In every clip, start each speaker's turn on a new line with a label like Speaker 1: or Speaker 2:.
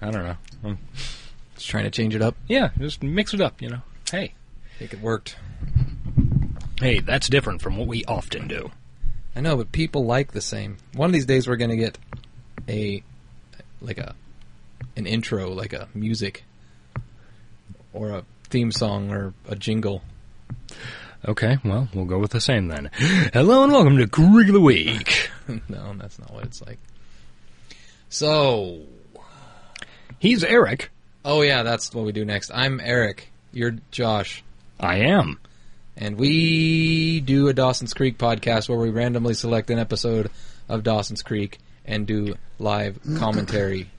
Speaker 1: I don't know. Um,
Speaker 2: Just trying to change it up.
Speaker 1: yeah, just mix it up, you know. Hey,
Speaker 2: I think it worked.
Speaker 1: hey, that's different from what we often do.
Speaker 2: I know, but people like the same. One of these days, we're gonna get a like a an intro, like a music or a theme song or a jingle.
Speaker 1: Okay, well, we'll go with the same then. Hello and welcome to Creek of the Week.
Speaker 2: no, that's not what it's like. So,
Speaker 1: He's Eric.
Speaker 2: oh yeah, that's what we do next. I'm Eric. You're Josh.
Speaker 1: I am.
Speaker 2: And we do a Dawson's Creek podcast where we randomly select an episode of Dawson's Creek and do live commentary,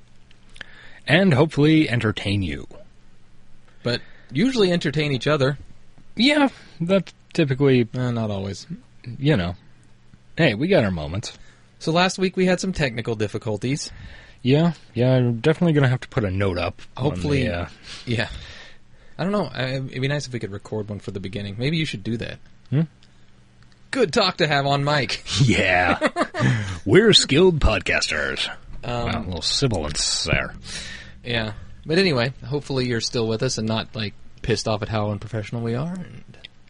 Speaker 1: And hopefully entertain you.
Speaker 2: but usually entertain each other.
Speaker 1: Yeah, that's typically,
Speaker 2: Uh, not always.
Speaker 1: you know. Hey, we got our moments.
Speaker 2: So last week we had some technical difficulties.
Speaker 1: Yeah, yeah, I'm definitely going to have to put a note up. on
Speaker 2: Hopefully-
Speaker 1: the, uh,
Speaker 2: Yeah. I don't know. I, it'd be nice if we could record one for the beginning. Maybe you should do that.
Speaker 1: Hmm?
Speaker 2: Good talk to have on mic.
Speaker 1: yeah. We're skilled podcasters.
Speaker 2: Um,
Speaker 1: Wow, a little sibilance there.
Speaker 2: Yeah. But anyway, hopefully you're still with us and not like pissed off at how unprofessional we are. And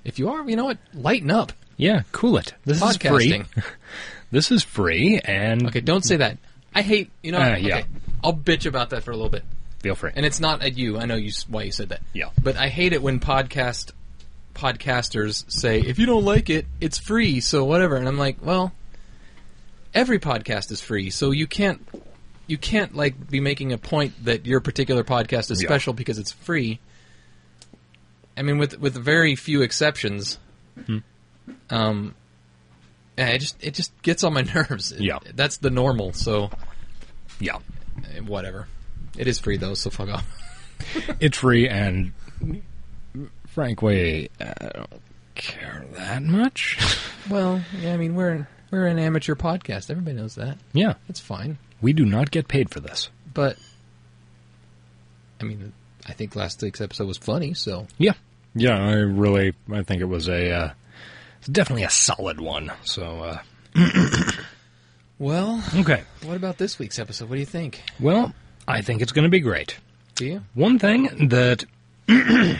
Speaker 2: if you are, you know what? Lighten up.
Speaker 1: Yeah, cool it. This
Speaker 2: Podcasting.
Speaker 1: is free. This is free, and
Speaker 2: Okay, don't say that. I hate. You know.
Speaker 1: Uh,
Speaker 2: okay,
Speaker 1: yeah.
Speaker 2: I'll bitch about that for a little bit,
Speaker 1: feel free.
Speaker 2: and it's not at you. I know you s- why you said that.
Speaker 1: Yeah.
Speaker 2: But I hate it when podcast podcasters say, "If you don't like it, it's free, so whatever." And I'm like, well, every podcast is free, so you can't you can't like be making a point that your particular podcast is
Speaker 1: Yeah.
Speaker 2: special because it's free. I mean, with with very few exceptions.
Speaker 1: Hmm.
Speaker 2: Um. Yeah, it just it just gets on my nerves. It-
Speaker 1: Yeah.
Speaker 2: that's the normal. So
Speaker 1: yeah.
Speaker 2: eh, whatever. It is free though, so fuck off.
Speaker 1: It's free, and frankly, I don't care that much.
Speaker 2: Well, yeah, I mean we're we're an amateur podcast. Everybody knows that.
Speaker 1: yeah,
Speaker 2: It's fine,
Speaker 1: we do not get paid for this.
Speaker 2: but I mean, I think last week's episode was funny. So
Speaker 1: Yeah, yeah. I really, I think it was a, uh, it's definitely a solid one. So uh,
Speaker 2: well,
Speaker 1: okay,
Speaker 2: what about this week's episode? What do you think?
Speaker 1: well, I think it's going to be great.
Speaker 2: Do you?
Speaker 1: One thing that. God,
Speaker 2: I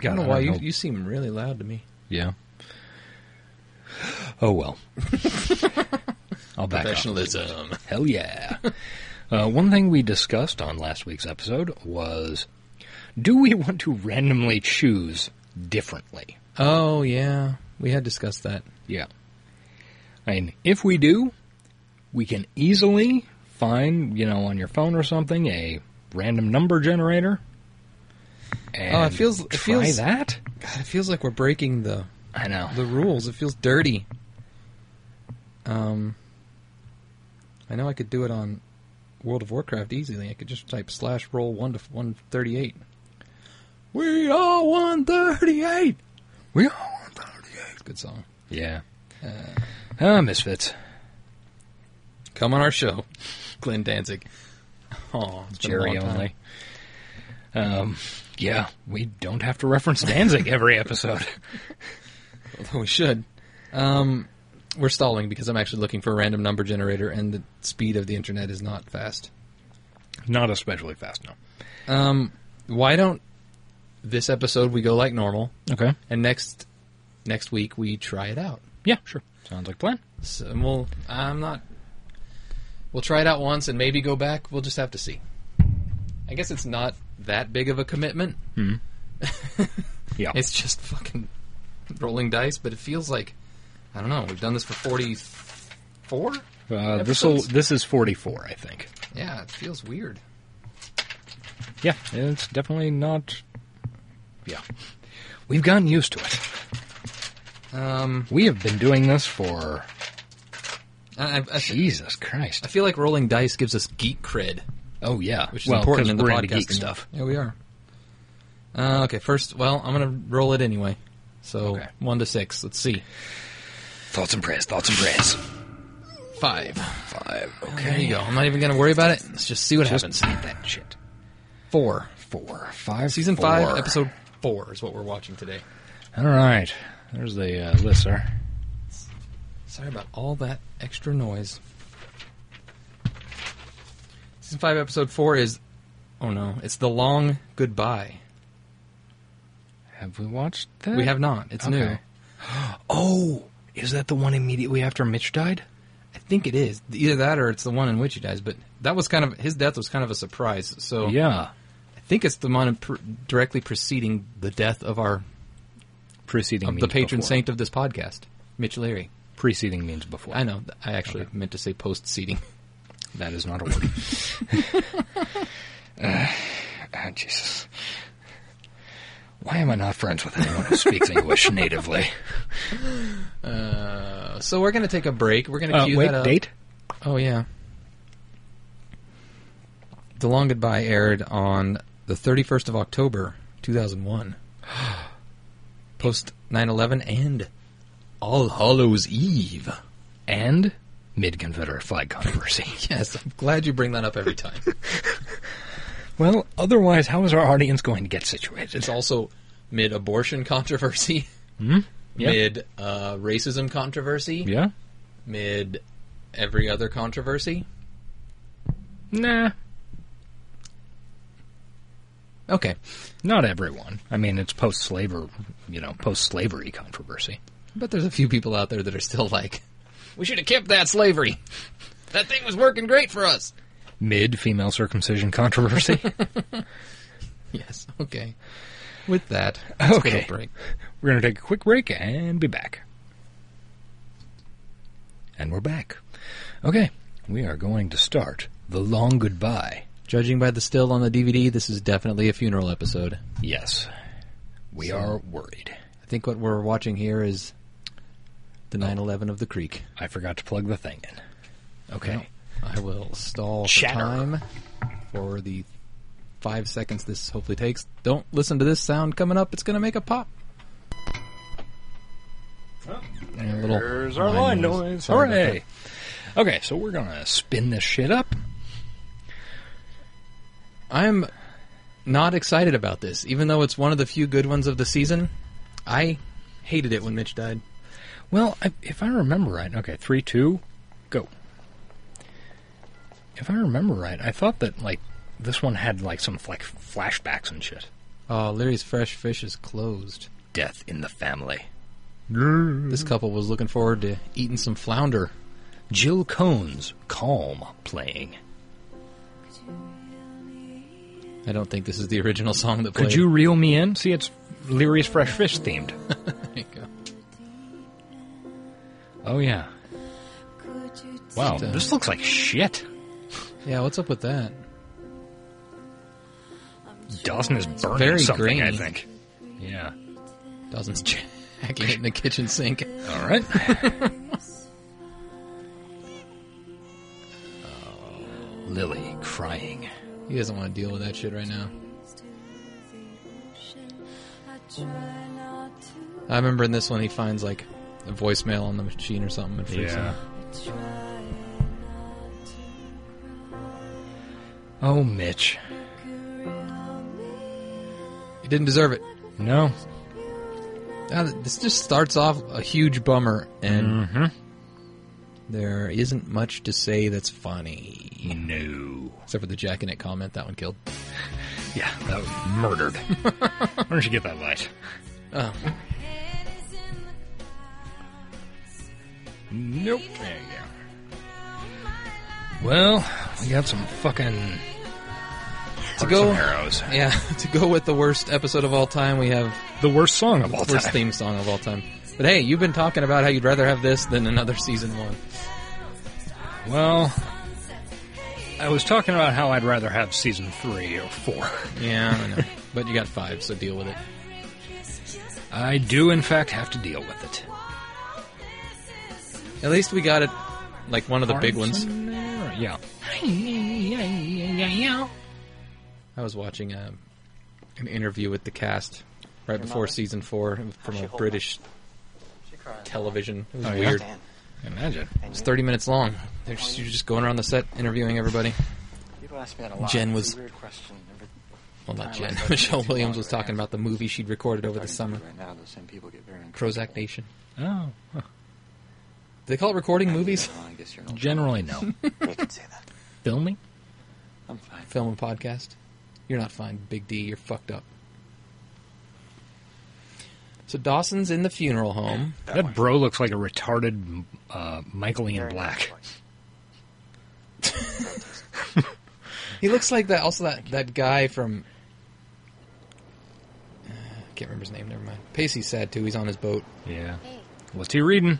Speaker 2: don't know
Speaker 1: I
Speaker 2: why
Speaker 1: don't
Speaker 2: you
Speaker 1: know.
Speaker 2: you seem really loud to me.
Speaker 1: Yeah. Oh well. I'll back up.
Speaker 2: Professionalism.
Speaker 1: Hell yeah. uh, one thing we discussed on last week's episode was do we want to randomly choose differently?
Speaker 2: Oh yeah, we had discussed that.
Speaker 1: Yeah. And if we do, we can easily find, you know, on your phone or something, a random number generator. And
Speaker 2: Oh, it feels- it
Speaker 1: try
Speaker 2: feels-
Speaker 1: that.
Speaker 2: God, it feels like we're breaking the
Speaker 1: I know.
Speaker 2: the rules. It feels dirty. Um, I know I could do it on World of Warcraft easily. I could just type slash roll one to one thirty eight. We are one thirty eight.
Speaker 1: We all want that.
Speaker 2: Good song.
Speaker 1: Yeah. Ah, misfits.
Speaker 2: Come on our show, Glenn Danzig. Oh,
Speaker 1: Jerry only. Um, yeah, we don't have to reference Danzig every episode.
Speaker 2: Although we should. Um, we're stalling because I'm actually looking for a random number generator, and the speed of the internet is not fast.
Speaker 1: Not especially fast, no.
Speaker 2: Um, why don't this episode we go like normal?
Speaker 1: Okay.
Speaker 2: and next next week we try it out.
Speaker 1: Yeah, sure. Sounds like a plan.
Speaker 2: So and we'll I'm not we'll try it out once and maybe go back. We'll just have to see. I guess it's not that big of a commitment.
Speaker 1: Yeah.
Speaker 2: It's just fucking rolling dice, but it feels like I don't know. We've done this for 44.
Speaker 1: uh, this will.
Speaker 2: episodes?
Speaker 1: This is forty-four, I think.
Speaker 2: Yeah, it feels weird.
Speaker 1: Yeah, it's definitely not. Yeah, we've gotten used to it.
Speaker 2: Um,
Speaker 1: We have been doing this for
Speaker 2: I, I- I,
Speaker 1: Jesus
Speaker 2: I
Speaker 1: Christ.
Speaker 2: feel like rolling dice gives us geek cred.
Speaker 1: Oh yeah,
Speaker 2: which is
Speaker 1: Well,
Speaker 2: important
Speaker 1: 'cause
Speaker 2: in the
Speaker 1: we're
Speaker 2: podcast
Speaker 1: into geek stuff.
Speaker 2: Yeah, we are. Uh, okay, first, well, I'm gonna roll it anyway. So
Speaker 1: Okay.
Speaker 2: one to six. Let's see.
Speaker 1: Thoughts and prayers. Thoughts and prayers.
Speaker 2: Five.
Speaker 1: Five. Okay.
Speaker 2: There you go. I'm not even gonna worry about it. Let's just see what
Speaker 1: Just
Speaker 2: happens.
Speaker 1: eat that shit.
Speaker 2: Four.
Speaker 1: Four, five,
Speaker 2: Season five,
Speaker 1: four.
Speaker 2: episode four is what we're watching today.
Speaker 1: All right. There's the uh, list, sir.
Speaker 2: Sorry about all that extra noise. Season five, episode four is oh no, it's the long goodbye.
Speaker 1: Have we watched that?
Speaker 2: We have not. It's new.
Speaker 1: Okay. Oh, is that the one immediately after Mitch died?
Speaker 2: I think it is either that or it's the one in which he dies. But that was kind of his death was kind of a surprise. So
Speaker 1: Yeah.
Speaker 2: I think it's the one pr- directly preceding the death of our
Speaker 1: Preceding
Speaker 2: of the
Speaker 1: means
Speaker 2: patron
Speaker 1: before.
Speaker 2: saint of this podcast, Mitch Leary.
Speaker 1: Preceding means before.
Speaker 2: I know. I actually meant to say post seating.
Speaker 1: That is not a word. Uh, ah, Jesus. Why am I not friends with anyone who speaks English natively?
Speaker 2: Uh, so we're gonna take a break. We're gonna
Speaker 1: Uh,
Speaker 2: cue
Speaker 1: wait,
Speaker 2: that up.
Speaker 1: date?
Speaker 2: Oh yeah. The Long Goodbye aired on the 31st of October 2001. Post 9/11 and All Hallows Eve.
Speaker 1: And mid Confederate flag controversy.
Speaker 2: Yes, I'm glad you bring that up every time.
Speaker 1: well, otherwise, how is our audience going to get situated?
Speaker 2: it's also mid-abortion controversy,
Speaker 1: Hmm? Yeah.
Speaker 2: mid uh, racism controversy,
Speaker 1: Yeah?
Speaker 2: mid every other controversy.
Speaker 1: Nah,
Speaker 2: Okay,
Speaker 1: not everyone. I mean, it's post slavery, you know, post slavery controversy.
Speaker 2: but there's a few people out there that are still like, we should have kept that slavery. That thing was working great for us.
Speaker 1: Mid female circumcision controversy.
Speaker 2: Yes. Okay. With that, let's go to
Speaker 1: Okay.
Speaker 2: break.
Speaker 1: We're going to take a quick break and be back. And we're back. Okay, we are going to start The Long Goodbye.
Speaker 2: Judging by the still on the DVD, this is definitely a funeral episode.
Speaker 1: Yes, we are worried.
Speaker 2: I think what we're watching here is the 9/11 of the Creek.
Speaker 1: I forgot to plug the thing in. Okay.
Speaker 2: I will stall for
Speaker 1: Shatter.
Speaker 2: time for the five seconds this hopefully takes. Don't listen to this sound coming up; it's going to make a pop. And a little
Speaker 1: There's our line noise.
Speaker 2: Sorry about
Speaker 1: Hooray! Okay, so we're going to spin this shit up.
Speaker 2: that. I'm not excited about this, even though it's one of the few good ones of the season. I hated it when Mitch died.
Speaker 1: Well, I, if I remember right, okay, three, two, go. If I remember right, I thought that like this one had like some like flashbacks and shit.
Speaker 2: Oh, Larry's fresh fish is closed.
Speaker 1: Death in the family.
Speaker 2: This
Speaker 1: Mm-hmm.
Speaker 2: couple was looking forward to eating some flounder.
Speaker 1: Jill Cohn's Calm playing.
Speaker 2: I don't think this is the original song that played.
Speaker 1: Could you reel me in? See, it's Leary's Fresh Fish themed.
Speaker 2: There you go.
Speaker 1: oh, yeah. Wow,
Speaker 2: Just, uh,
Speaker 1: this looks like shit.
Speaker 2: Yeah, what's up with that?
Speaker 1: Dawson is burning
Speaker 2: very
Speaker 1: something, I
Speaker 2: grainy.
Speaker 1: think. Yeah.
Speaker 2: Dawson's jacking it in the kitchen sink.
Speaker 1: All right. Oh, Lily crying.
Speaker 2: He doesn't want to deal with that shit right now. I remember in this one he finds like a voicemail on the machine or something and freaks out.
Speaker 1: Oh, Mitch.
Speaker 2: He didn't deserve it.
Speaker 1: No.
Speaker 2: Now th- Uh, this just starts off a huge bummer, and there isn't much to say that's funny.
Speaker 1: No.
Speaker 2: Except for the Jack in it comment, that one killed.
Speaker 1: Yeah, that was murdered. Why don't you get that light?
Speaker 2: Oh.
Speaker 1: Nope. There you go. Well, we got some fucking to
Speaker 2: go-
Speaker 1: arrows.
Speaker 2: Yeah, to go with the worst episode of all time, we have
Speaker 1: The worst song of all
Speaker 2: worst
Speaker 1: time.
Speaker 2: theme song of all time. But hey, you've been talking about how you'd rather have this than another season one.
Speaker 1: Well, I was talking about how I'd rather have season three or four.
Speaker 2: Yeah, I know. but you got five, so deal with it.
Speaker 1: I do, in fact, have to deal with it.
Speaker 2: At least we got it, like one of the big ones.
Speaker 1: Yeah.
Speaker 2: I was watching um an interview with the cast right before season four of- from a British television. It was
Speaker 1: yeah?
Speaker 2: weird.
Speaker 1: Imagine.
Speaker 2: It was 30 minutes long. They're just, you're just going around the set interviewing everybody.
Speaker 3: People ask me that a lot.
Speaker 2: Jen
Speaker 3: It's
Speaker 2: was-
Speaker 3: a weird question. Every-
Speaker 2: Well, not
Speaker 3: I
Speaker 2: Jen.
Speaker 3: like that.
Speaker 2: Michelle Williams was talking about the movie she'd recorded over the summer,
Speaker 3: Right now, those same people get very
Speaker 2: Prozac Nation.
Speaker 1: Oh. huh.
Speaker 2: Do they call it recording movies?
Speaker 3: uncomfortable. I guess you're an old
Speaker 1: Generally, no.
Speaker 3: You can say that.
Speaker 1: Filming?
Speaker 3: I'm fine.
Speaker 2: film and podcast. You're not fine, Big D. You're fucked up. So Dawson's in the funeral home.
Speaker 1: That, bro looks like a retarded uh, Michael Ian
Speaker 3: Very nice
Speaker 1: Black.
Speaker 3: place.
Speaker 2: He looks like that. Also, that that guy from Uh, I can't remember his name. Never mind. Pacey's sad too. He's on his boat.
Speaker 1: Yeah.
Speaker 4: Hey,
Speaker 1: What's he reading?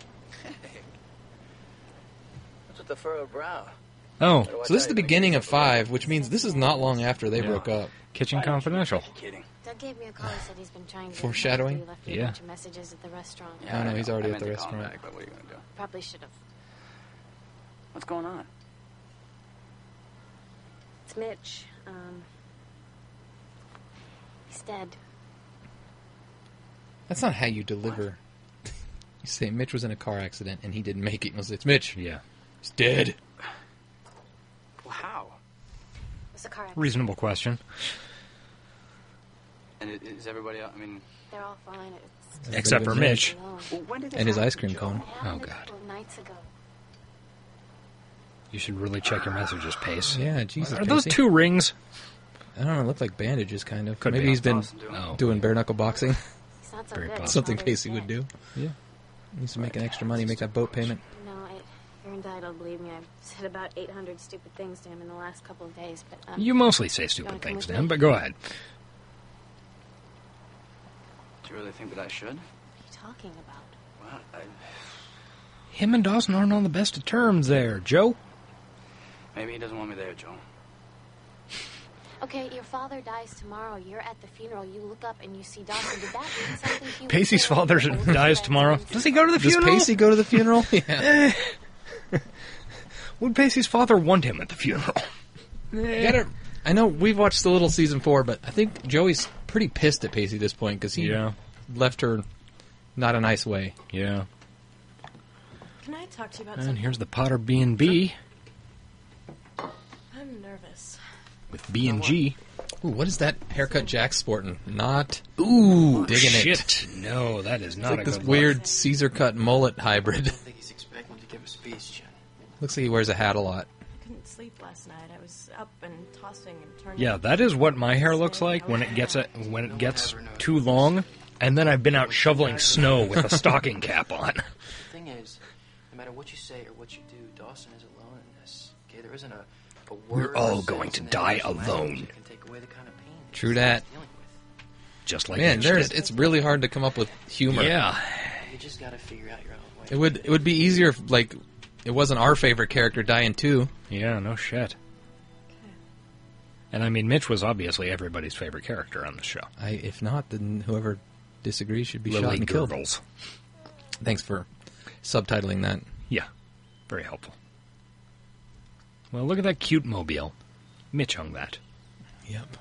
Speaker 5: What's with the furrowed brow?
Speaker 1: Oh,
Speaker 5: What do I
Speaker 2: So this is
Speaker 5: tell
Speaker 2: the
Speaker 5: you?
Speaker 2: beginning of five, which means this is not long after they
Speaker 1: Yeah.
Speaker 2: broke up.
Speaker 1: Kitchen Confidential.
Speaker 5: Kidding.
Speaker 4: Doug gave me a call. He said he's been trying to. get back
Speaker 2: Foreshadowing?
Speaker 4: to You left me
Speaker 1: Yeah.
Speaker 4: a bunch of messages at the restaurant.
Speaker 2: Yeah. Oh, no,
Speaker 5: I
Speaker 2: he's
Speaker 5: know.
Speaker 2: already
Speaker 5: I
Speaker 2: at
Speaker 5: meant
Speaker 2: the
Speaker 5: to call him
Speaker 2: restaurant.
Speaker 5: Back, but what are you gonna do?
Speaker 4: Probably should have.
Speaker 5: What's going on?
Speaker 4: It's Mitch. Um, he's dead.
Speaker 2: That's not how you deliver. you say Mitch was in a car accident and he didn't make it. And it's Mitch.
Speaker 1: Yeah.
Speaker 2: He's dead.
Speaker 5: Well, how?
Speaker 4: It was a car accident.
Speaker 1: Reasonable question.
Speaker 5: And i- is everybody? el- I mean,
Speaker 4: They're all fine. It's
Speaker 2: Everybody
Speaker 1: Except
Speaker 2: was
Speaker 1: for
Speaker 2: there.
Speaker 1: Mitch.
Speaker 4: alone.
Speaker 5: well, when did this
Speaker 2: And his
Speaker 5: happen,
Speaker 2: ice cream
Speaker 5: Joe?
Speaker 2: cone.
Speaker 4: It happened
Speaker 1: Oh,
Speaker 4: a
Speaker 1: God.
Speaker 4: couple of nights ago.
Speaker 1: You should really check your messages, Pace.
Speaker 2: Yeah, Jesus.
Speaker 1: Are those
Speaker 2: Pacey.
Speaker 1: two rings?
Speaker 2: I don't know. It looked like bandages, kind of.
Speaker 1: Could
Speaker 2: Maybe
Speaker 1: be.
Speaker 2: he's been
Speaker 5: Awesome, doing-
Speaker 1: Oh.
Speaker 2: doing bare knuckle boxing.
Speaker 4: He's not so
Speaker 1: Very
Speaker 4: good.
Speaker 1: possible.
Speaker 4: His
Speaker 2: Something
Speaker 4: father's
Speaker 2: Casey would
Speaker 4: dead.
Speaker 2: do. Yeah. Needs to make an extra money, make that boat payment.
Speaker 4: No, I, you're entitled. Believe me, I've said about 800 stupid things to him in the last couple of days. But um,
Speaker 1: You mostly say
Speaker 4: Wanna
Speaker 1: stupid
Speaker 4: come
Speaker 1: things,
Speaker 4: with
Speaker 1: Dan,
Speaker 4: me?
Speaker 1: but go ahead.
Speaker 5: Do you really think that I should?
Speaker 4: what are you talking about?
Speaker 5: Well, I,
Speaker 1: Him and Dawson aren't on the best of terms there, Joe.
Speaker 5: maybe he doesn't want me there, Joe.
Speaker 4: Okay, your father dies tomorrow. You're at the funeral. You look up and you see Dawson. Did that mean something to you?
Speaker 1: Pacey's father dies tomorrow. Does he go to the
Speaker 2: Does
Speaker 1: funeral?
Speaker 2: Pacey go to the funeral? yeah.
Speaker 1: Would Pacey's father want him at the funeral?
Speaker 2: You gotta- I know we've watched the little season four, but I think Joey's pretty pissed at Pacey at this point because he
Speaker 1: Yeah.
Speaker 2: left her not a nice way.
Speaker 1: Yeah.
Speaker 6: Can I talk to you about
Speaker 1: And
Speaker 6: something?
Speaker 1: here's the Potter B and B
Speaker 6: I'm nervous.
Speaker 1: with B and G.
Speaker 2: Ooh, what is that haircut Jack's sporting? Not
Speaker 1: Ooh,
Speaker 2: Digging it.
Speaker 1: shit! No, that is not a
Speaker 2: this
Speaker 1: good
Speaker 2: weird Caesar cut mullet hybrid.
Speaker 3: I think he's expecting to give a speech.
Speaker 2: Looks like he wears a hat a lot.
Speaker 6: I couldn't sleep last night. I was up and tossing and
Speaker 1: look.
Speaker 6: turning.
Speaker 1: Yeah, that is what my hair looks like when it gets a, when it gets too long, and then I've been out shoveling snow with a stocking cap on.
Speaker 7: The thing is, no matter what you say or what you do, Dawson is alone in this. Okay, there isn't a, a word.
Speaker 1: We're
Speaker 7: or
Speaker 1: all
Speaker 7: sentence
Speaker 1: going to
Speaker 7: in the
Speaker 1: die
Speaker 7: English language
Speaker 1: alone.
Speaker 7: that Can take away the kind of pain that
Speaker 2: True
Speaker 7: he's
Speaker 2: that.
Speaker 7: dealing with.
Speaker 1: Just like
Speaker 2: Man,
Speaker 1: Mitch
Speaker 2: there's
Speaker 1: did.
Speaker 2: it's really hard to come up with humor.
Speaker 1: yeah.
Speaker 7: You just got to figure out your own way.
Speaker 2: It would it would be easier if like it wasn't our favorite character dying too.
Speaker 1: Yeah, no shit. And I mean, Mitch was obviously everybody's favorite character on the show.
Speaker 2: I if not, then whoever disagrees should be shot
Speaker 1: Lily
Speaker 2: and killed.
Speaker 1: Goebbels.
Speaker 2: Thanks for subtitling that.
Speaker 1: Yeah, very helpful. Well, look at that cute mobile. Mitch hung that.
Speaker 2: Yep.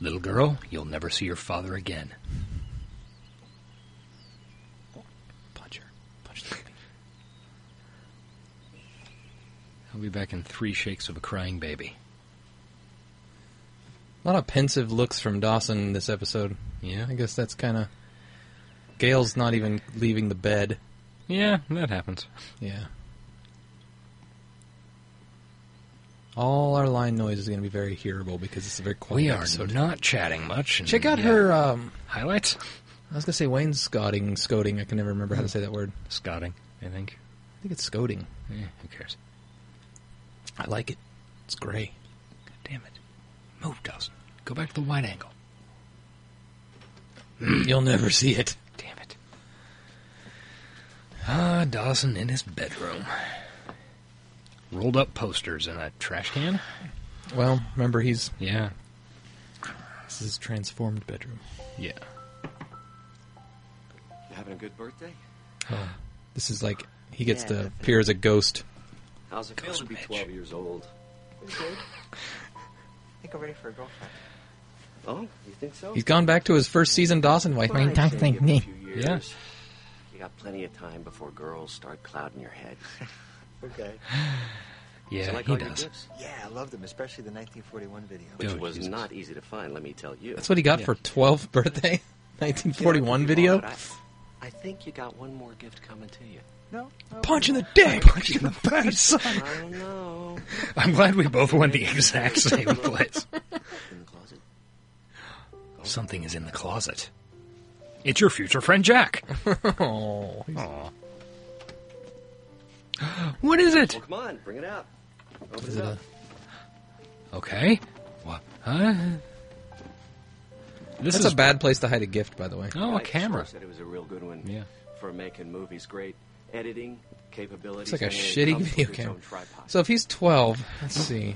Speaker 1: Little girl, you'll never see your father again.
Speaker 2: Punch her. Punch the baby.
Speaker 1: He'll be back in three shakes of a crying baby.
Speaker 2: A lot of pensive looks from Dawson in this episode.
Speaker 1: Yeah,
Speaker 2: I guess that's kind of. Gail's not even leaving the bed.
Speaker 1: yeah, that happens.
Speaker 2: Yeah. All our line noise is going to be very hearable because it's a very quiet
Speaker 1: We are
Speaker 2: episode.
Speaker 1: not chatting much. and-
Speaker 2: Check out
Speaker 1: yeah.
Speaker 2: her. Um,
Speaker 1: highlights.
Speaker 2: I was going to say Wayne Scotting. Scoting. I can never remember how to say that word.
Speaker 1: Scotting, I think.
Speaker 2: I think it's Scoting.
Speaker 1: Eh, who cares?
Speaker 2: I like it. It's gray.
Speaker 1: God damn it! Move, Dawson. Go back to the wide angle.
Speaker 2: You'll never see it.
Speaker 1: Damn it. Ah, Dawson in his bedroom. Rolled up posters in a trash can?
Speaker 2: Well, remember he's
Speaker 1: Yeah.
Speaker 2: this is his transformed bedroom.
Speaker 1: Yeah.
Speaker 3: You having a good birthday?
Speaker 2: This is like he gets
Speaker 7: Yeah,
Speaker 2: to
Speaker 7: definitely.
Speaker 2: appear as a ghost.
Speaker 3: How's it feel to be 12 years old?
Speaker 7: I think I'm ready for a girlfriend.
Speaker 3: Oh, you think so?
Speaker 2: He's gone back to his first season Dawson wife.
Speaker 3: Fine, say give it a few years.
Speaker 1: Yeah.
Speaker 8: You got plenty of time before girls start clouding your head.
Speaker 9: Okay.
Speaker 1: Yeah,
Speaker 8: like
Speaker 1: he
Speaker 8: all your
Speaker 1: does.
Speaker 8: gifts?
Speaker 9: Yeah, I loved them, especially the 1941 video.
Speaker 8: Which
Speaker 1: Oh,
Speaker 8: was
Speaker 1: Jesus.
Speaker 8: not easy to find, let me tell you.
Speaker 2: That's what he got
Speaker 1: Yeah.
Speaker 2: for 12th birthday, 1941
Speaker 8: You know,
Speaker 2: video.
Speaker 8: but I, I think you got one more gift coming to you.
Speaker 9: No? no.
Speaker 1: Punch in the dick! Punch in the face!
Speaker 8: I don't know.
Speaker 1: I'm glad we both went the exact same place.
Speaker 8: In the closet?
Speaker 1: Something is in the closet. It's your future friend Jack.
Speaker 2: Oh,
Speaker 1: Aw. What is it?
Speaker 3: Well, come on, bring it out. Open
Speaker 2: is
Speaker 3: it
Speaker 2: it
Speaker 3: up.
Speaker 2: a
Speaker 1: Okay. What? Huh? This
Speaker 2: That's
Speaker 1: is
Speaker 2: a bad place to hide a gift, by the way.
Speaker 1: Oh, a
Speaker 3: Right,
Speaker 1: camera.
Speaker 3: Schwartz Said it was a real good one.
Speaker 1: Yeah.
Speaker 3: For making movies great, editing capabilities.
Speaker 2: It's like a
Speaker 3: and it
Speaker 2: shitty
Speaker 3: comes with
Speaker 2: video
Speaker 3: its
Speaker 2: camera.
Speaker 3: own tripod.
Speaker 2: So if he's 12, let's see.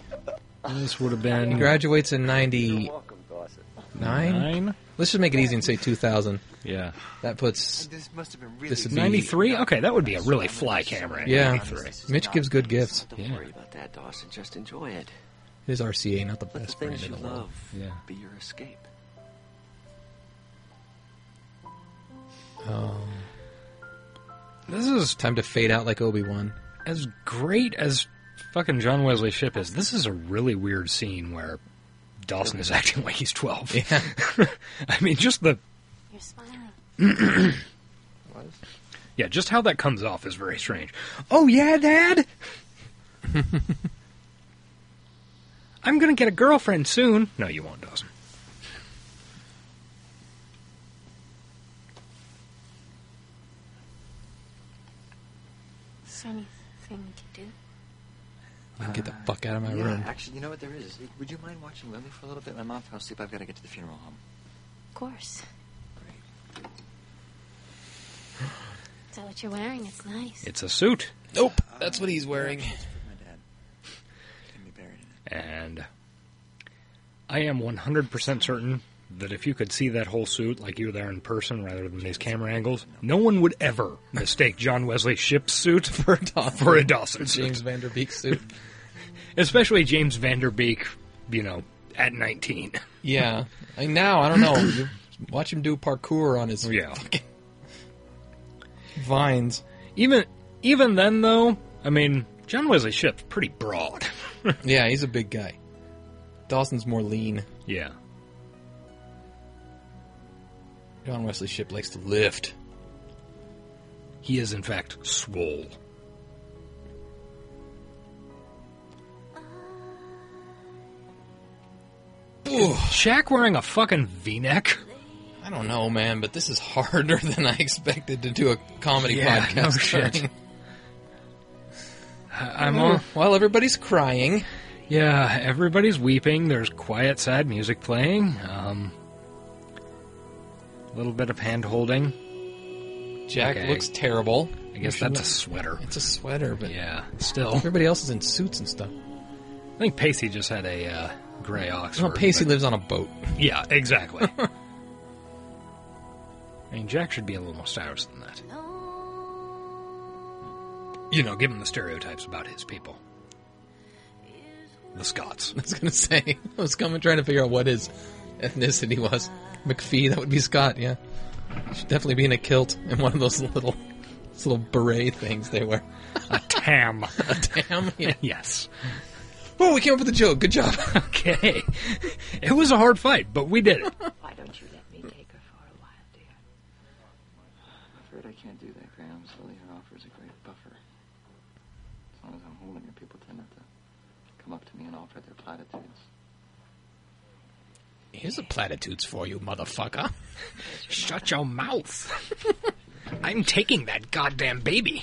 Speaker 1: This would have
Speaker 2: He
Speaker 1: been
Speaker 2: graduates in
Speaker 9: You're
Speaker 2: 99.
Speaker 9: welcome, Dawson.
Speaker 1: nine.
Speaker 2: Let's just make it easy and say 2000.
Speaker 1: Yeah.
Speaker 2: That puts.
Speaker 9: This must have been really.
Speaker 2: This would be-
Speaker 1: Ninety three. Okay, that would be a really fly camera. in
Speaker 2: Yeah.
Speaker 1: 93.
Speaker 2: Mitch gives good gifts.
Speaker 8: Don't
Speaker 1: Yeah.
Speaker 8: worry about that, Dawson. Just enjoy it.
Speaker 2: His RCA, not the
Speaker 8: Let the
Speaker 2: best brand
Speaker 8: things
Speaker 2: in
Speaker 8: you
Speaker 2: the world.
Speaker 8: love
Speaker 1: Yeah.
Speaker 8: be your escape.
Speaker 2: Oh.
Speaker 1: This is
Speaker 2: Time to fade out like Obi Wan.
Speaker 1: as great as fucking John Wesley Ship is. This is a really weird scene where Dawson is acting like he's twelve.
Speaker 2: Yeah.
Speaker 1: I mean, just the
Speaker 4: You're smiling.
Speaker 1: yeah, just how that comes off is very strange. Oh yeah, Dad. I'm gonna get a girlfriend soon. No, you won't, Dawson.
Speaker 4: Is there anything we could do?
Speaker 2: Get the fuck out of my
Speaker 9: yeah,
Speaker 2: room.
Speaker 9: actually, you know what there is? Would you mind watching Lily for a little bit? My mom fell asleep. I've got to get to the funeral home.
Speaker 4: Of course. Is that what you're wearing? It's nice.
Speaker 1: It's a suit.
Speaker 2: Nope. That's what he's wearing.
Speaker 9: It's for my dad. Can be buried in it.
Speaker 1: And I am 100% certain that if you could see that whole suit like you were there in person rather than these camera angles, no one would ever mistake John Wesley Ship's suit for a Dawson, for a Dawson
Speaker 2: James
Speaker 1: suit.
Speaker 2: Van Der Beek suit.
Speaker 1: Especially James Vanderbeek, you know, at 19.
Speaker 2: Yeah. I now I don't know. You watch him do parkour on his
Speaker 1: Yeah.
Speaker 2: vines.
Speaker 1: Even even then though, I mean, John Wesley Ship's pretty broad.
Speaker 2: Yeah, he's a big guy. Dawson's more lean.
Speaker 1: yeah.
Speaker 2: John Wesley Ship likes to lift.
Speaker 1: He is in fact swole. Is Shaq wearing a fucking V-neck?
Speaker 2: I don't know, man, but this is harder than I expected to do a comedy
Speaker 1: Yeah,
Speaker 2: podcast.
Speaker 1: no shit.
Speaker 2: on.
Speaker 1: I'm all,
Speaker 2: While everybody's crying,
Speaker 1: yeah. Everybody's weeping. There's quiet, sad music playing. Um, a little bit of hand holding.
Speaker 2: Jack
Speaker 1: Okay.
Speaker 2: looks terrible.
Speaker 1: I guess that's a sweater.
Speaker 2: It's a sweater, but
Speaker 1: Yeah. Still,
Speaker 2: everybody else is in suits and stuff.
Speaker 1: I think Pacey just had a uh, gray Oxford.
Speaker 2: Well, Oh, Pacey
Speaker 1: but-
Speaker 2: lives on a boat.
Speaker 1: Yeah, exactly. I mean, Jack should be a little more stylish than that.
Speaker 4: Oh.
Speaker 1: You know, given the stereotypes about his people, the Scots.
Speaker 2: I was gonna say. I was coming trying to figure out what his ethnicity was. McPhee, that would be Scott, yeah. Should definitely be in a kilt and one of those little those little beret things they wear.
Speaker 1: A tam.
Speaker 2: Damn. Yeah.
Speaker 1: yes.
Speaker 2: Oh, we came up with a joke. Good job.
Speaker 1: Okay. It was a hard fight, but we did it.
Speaker 10: Why don't you let me take her for a while, dear?
Speaker 7: I'm afraid I can't do that, Grams. Lily, her offer is a great buffer. As long as I'm holding her, people tend not to come up to me and offer their platitudes.
Speaker 2: Here's the platitudes for you, motherfucker.
Speaker 1: Shut your mouth. I'm taking that goddamn baby.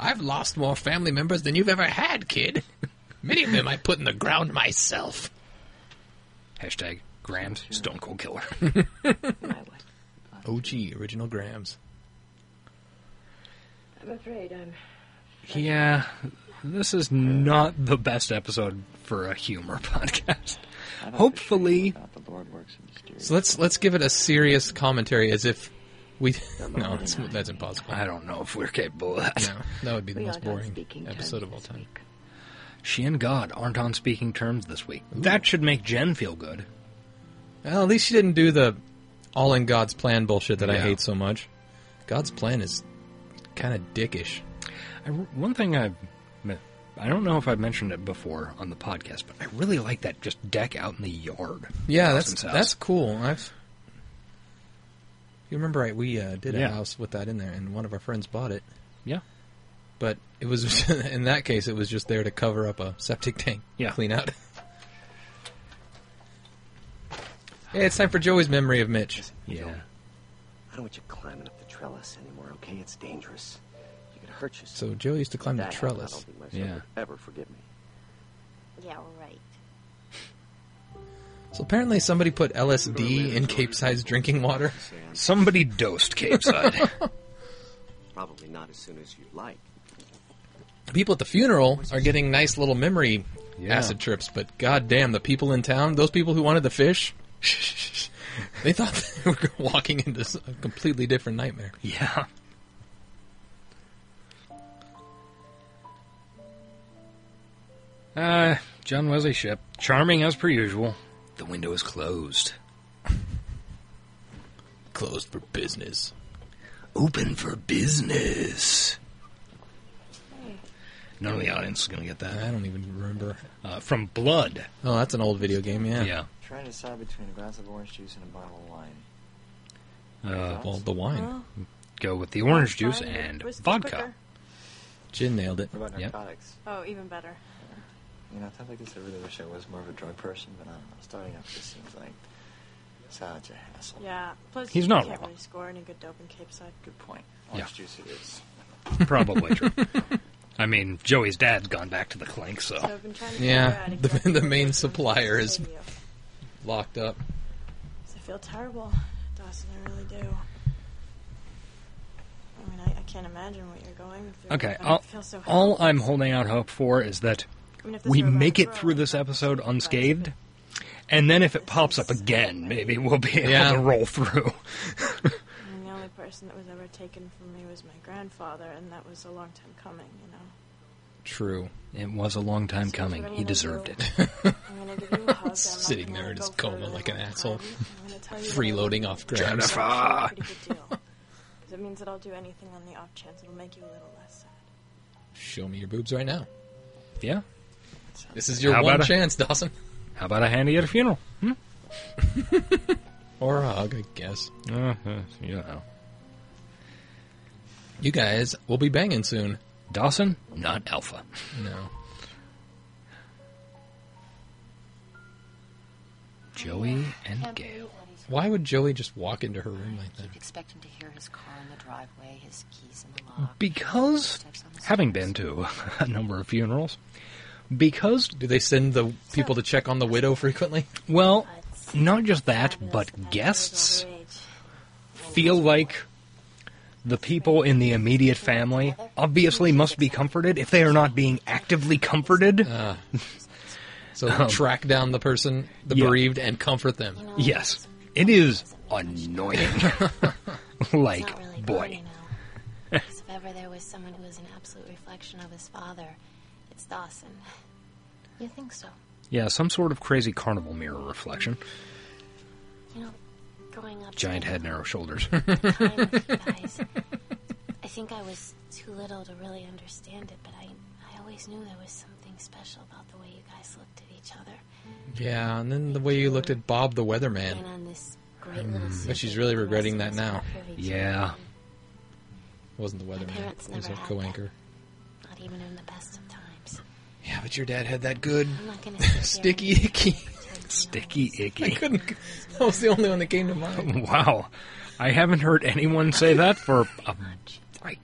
Speaker 2: I've lost more family members than you've ever had, kid. Many of them I put in the ground myself.
Speaker 1: Hashtag Grand Stone Cold Killer.
Speaker 10: My wife.
Speaker 2: OG, original grams.
Speaker 10: I'm afraid I'm
Speaker 1: yeah, this is not the best episode for a humor podcast.
Speaker 7: I don't appreciate
Speaker 1: Hopefully-
Speaker 7: it about The Lord works in mysterious.
Speaker 2: So let's let's give it a serious commentary as if we no that's, that's impossible.
Speaker 1: I don't know if we're capable of that.
Speaker 2: No, that would be the
Speaker 10: we
Speaker 2: most
Speaker 10: aren't on
Speaker 2: boring
Speaker 10: speaking terms
Speaker 2: episode of all
Speaker 10: this
Speaker 2: time.
Speaker 10: week.
Speaker 1: She and God aren't on speaking terms this week. That should make Jen feel good.
Speaker 2: Well, at least she didn't do the all in God's plan bullshit that I
Speaker 1: Yeah.
Speaker 2: hate so much. God's plan is kind of dickish.
Speaker 1: I, one thing I've, me- I don't know if I've mentioned it before on the podcast, but I really like that just deck out in the yard.
Speaker 2: Yeah, that's
Speaker 1: Dawson's house.
Speaker 2: that's cool. I've You remember right? We uh, did
Speaker 1: Yeah.
Speaker 2: a house with that in there, and one of our friends bought it.
Speaker 1: Yeah.
Speaker 2: But it was in that case, it was just there to cover up a septic tank
Speaker 1: Yeah.
Speaker 2: clean out. hey, it's time for Joey's memory of Mitch.
Speaker 1: Yeah.
Speaker 8: I don't want you climbing up the trellis anymore, okay? It's dangerous. You could hurt yourself.
Speaker 2: So Joey used to climb the
Speaker 8: That happened, I
Speaker 2: trellis.
Speaker 8: don't think my son
Speaker 1: Yeah.
Speaker 8: would ever forgive me.
Speaker 4: Yeah, all right.
Speaker 2: So apparently, somebody put LSD in Cape Size drinking water.
Speaker 8: Sam,
Speaker 1: Somebody dosed Capeside.
Speaker 8: probably not as soon as you'd like.
Speaker 2: People at the funeral are getting nice little memory
Speaker 1: Yeah.
Speaker 2: acid trips, but goddamn, the people in town, those people who wanted the fish, they thought they were walking into s- a completely different nightmare.
Speaker 1: yeah. Uh, John Wesley Ship. Charming as per usual. The window is closed.
Speaker 2: Closed for business.
Speaker 1: Open for business. None of the audience is going to get that.
Speaker 2: I don't even remember.
Speaker 1: Uh, from Blood.
Speaker 2: Oh, that's an old video game, yeah.
Speaker 1: Yeah.
Speaker 9: Trying to decide between a glass of orange juice and a bottle of wine.
Speaker 1: Uh,
Speaker 2: Well, the wine.
Speaker 6: Well,
Speaker 1: go with the orange juice
Speaker 6: fine,
Speaker 1: and
Speaker 6: whiskey
Speaker 1: vodka.
Speaker 6: quicker.
Speaker 2: Jin nailed it.
Speaker 9: What about
Speaker 1: Yep.
Speaker 9: narcotics?
Speaker 6: Oh, even better.
Speaker 9: You know, I like this, I really wish I was more of a drug person, but I don't know. Starting up just seems like such a hassle.
Speaker 6: Yeah. Plus,
Speaker 1: He's
Speaker 6: you
Speaker 1: not
Speaker 6: can't
Speaker 1: wrong.
Speaker 6: really score any good dope in Cape Side.
Speaker 9: Good point.
Speaker 1: Yeah.
Speaker 9: Orange juice it is.
Speaker 1: Probably true. I mean, Joey's dad's gone back to the clink, so.
Speaker 6: So I've been trying to
Speaker 2: Yeah,
Speaker 6: figure out
Speaker 2: the-
Speaker 6: exactly
Speaker 2: the
Speaker 6: what
Speaker 2: main
Speaker 6: I'm supposed to
Speaker 2: supplier
Speaker 6: say
Speaker 2: is-
Speaker 6: to you.
Speaker 2: Locked up.
Speaker 6: 'Cause I feel terrible, Dawson. I really do. I mean, I, I can't imagine what you're going through.
Speaker 1: Okay,
Speaker 6: I
Speaker 1: all,
Speaker 6: feel so
Speaker 1: all
Speaker 6: helpless.
Speaker 1: I'm holding out hope for is that
Speaker 6: I mean, if this
Speaker 1: we
Speaker 6: were about
Speaker 1: make it
Speaker 6: Throw,
Speaker 1: through this
Speaker 6: I'd
Speaker 1: episode
Speaker 6: be surprised if
Speaker 1: unscathed,
Speaker 6: it-
Speaker 1: and then if it pops up again, maybe we'll be able
Speaker 2: Yeah.
Speaker 1: to roll through.
Speaker 6: I mean, the only person that was ever taken from me was my grandfather, and that was a long time coming. You know.
Speaker 2: True.
Speaker 1: It was a long time
Speaker 6: So
Speaker 1: coming.
Speaker 6: what I'm
Speaker 1: He
Speaker 6: gonna
Speaker 1: deserved
Speaker 6: do-
Speaker 1: it.
Speaker 6: I'm gonna give you a hug. I'm not
Speaker 2: Sitting
Speaker 6: gonna
Speaker 2: there in
Speaker 6: go
Speaker 2: his
Speaker 6: for
Speaker 2: coma
Speaker 6: a really
Speaker 2: like an
Speaker 6: long time.
Speaker 2: asshole.
Speaker 6: I'm gonna tell you that I
Speaker 2: Freeloading
Speaker 6: love
Speaker 2: off
Speaker 6: you.
Speaker 2: Jennifer.
Speaker 6: It's actually a pretty good deal. 'Cause It means that I'll do anything on the off chance it'll make you a little less sad.
Speaker 2: Show me your boobs right now.
Speaker 1: Yeah.
Speaker 2: This is your
Speaker 1: How
Speaker 2: one
Speaker 1: about a-
Speaker 2: chance, Dawson.
Speaker 1: How about a handy at a funeral? Hmm?
Speaker 2: Or a hug, I guess.
Speaker 1: Uh, uh, you know.
Speaker 2: You guys will be banging soon.
Speaker 1: Dawson, not Alpha.
Speaker 2: No.
Speaker 1: Joey and
Speaker 10: Can't
Speaker 1: Gail.
Speaker 10: believe what he's-
Speaker 2: Why would Joey just walk into her room like that?
Speaker 10: You'd expect him to hear his car in the driveway, his keys in the lock.
Speaker 1: Because,
Speaker 10: footsteps on the
Speaker 1: having been
Speaker 10: stairs.
Speaker 1: to a number of funerals, because,
Speaker 2: Do they send the people to check on the widow frequently?
Speaker 1: well,
Speaker 4: But
Speaker 1: not just that,
Speaker 4: fabulous that
Speaker 1: but
Speaker 4: Abby
Speaker 1: guests
Speaker 4: was overage.
Speaker 1: feel like the people in the immediate family obviously must be comforted if they are not being actively comforted.
Speaker 2: So track down the person, the
Speaker 1: yeah.
Speaker 2: bereaved, and comfort them.
Speaker 1: yes, it is annoying.
Speaker 4: It's
Speaker 1: like,
Speaker 4: not really
Speaker 1: boy.
Speaker 4: boy. now. 'Cause if ever there was someone who was an absolute reflection of his father, it's Dawson. You think so?
Speaker 1: Yeah, some sort of crazy carnival mirror reflection.
Speaker 4: You know, growing up.
Speaker 1: Giant head, narrow shoulders.
Speaker 4: time with you guys. I think I was too little to really understand it, but I, I always knew there was something special about the way you guys looked at each other.
Speaker 2: Yeah, and then the way you looked at Bob the
Speaker 4: And
Speaker 2: weatherman
Speaker 4: on this great little secret
Speaker 2: Mm. she's really
Speaker 4: the rest
Speaker 2: regretting
Speaker 4: of
Speaker 2: that
Speaker 4: us
Speaker 2: now.
Speaker 4: were privy to.
Speaker 1: Yeah.
Speaker 2: wasn't the weatherman.
Speaker 4: parents
Speaker 2: He was a
Speaker 4: never had
Speaker 2: co-anchor.
Speaker 4: Not even in the best of times.
Speaker 2: Yeah, but your dad had that good
Speaker 4: I'm not gonna sit here
Speaker 2: sticky
Speaker 4: and
Speaker 2: icky.
Speaker 4: pretend to know
Speaker 1: Sticky
Speaker 2: I
Speaker 1: icky.
Speaker 2: couldn't. That was the only one that came to mind.
Speaker 1: Wow. I haven't heard anyone say that for a I,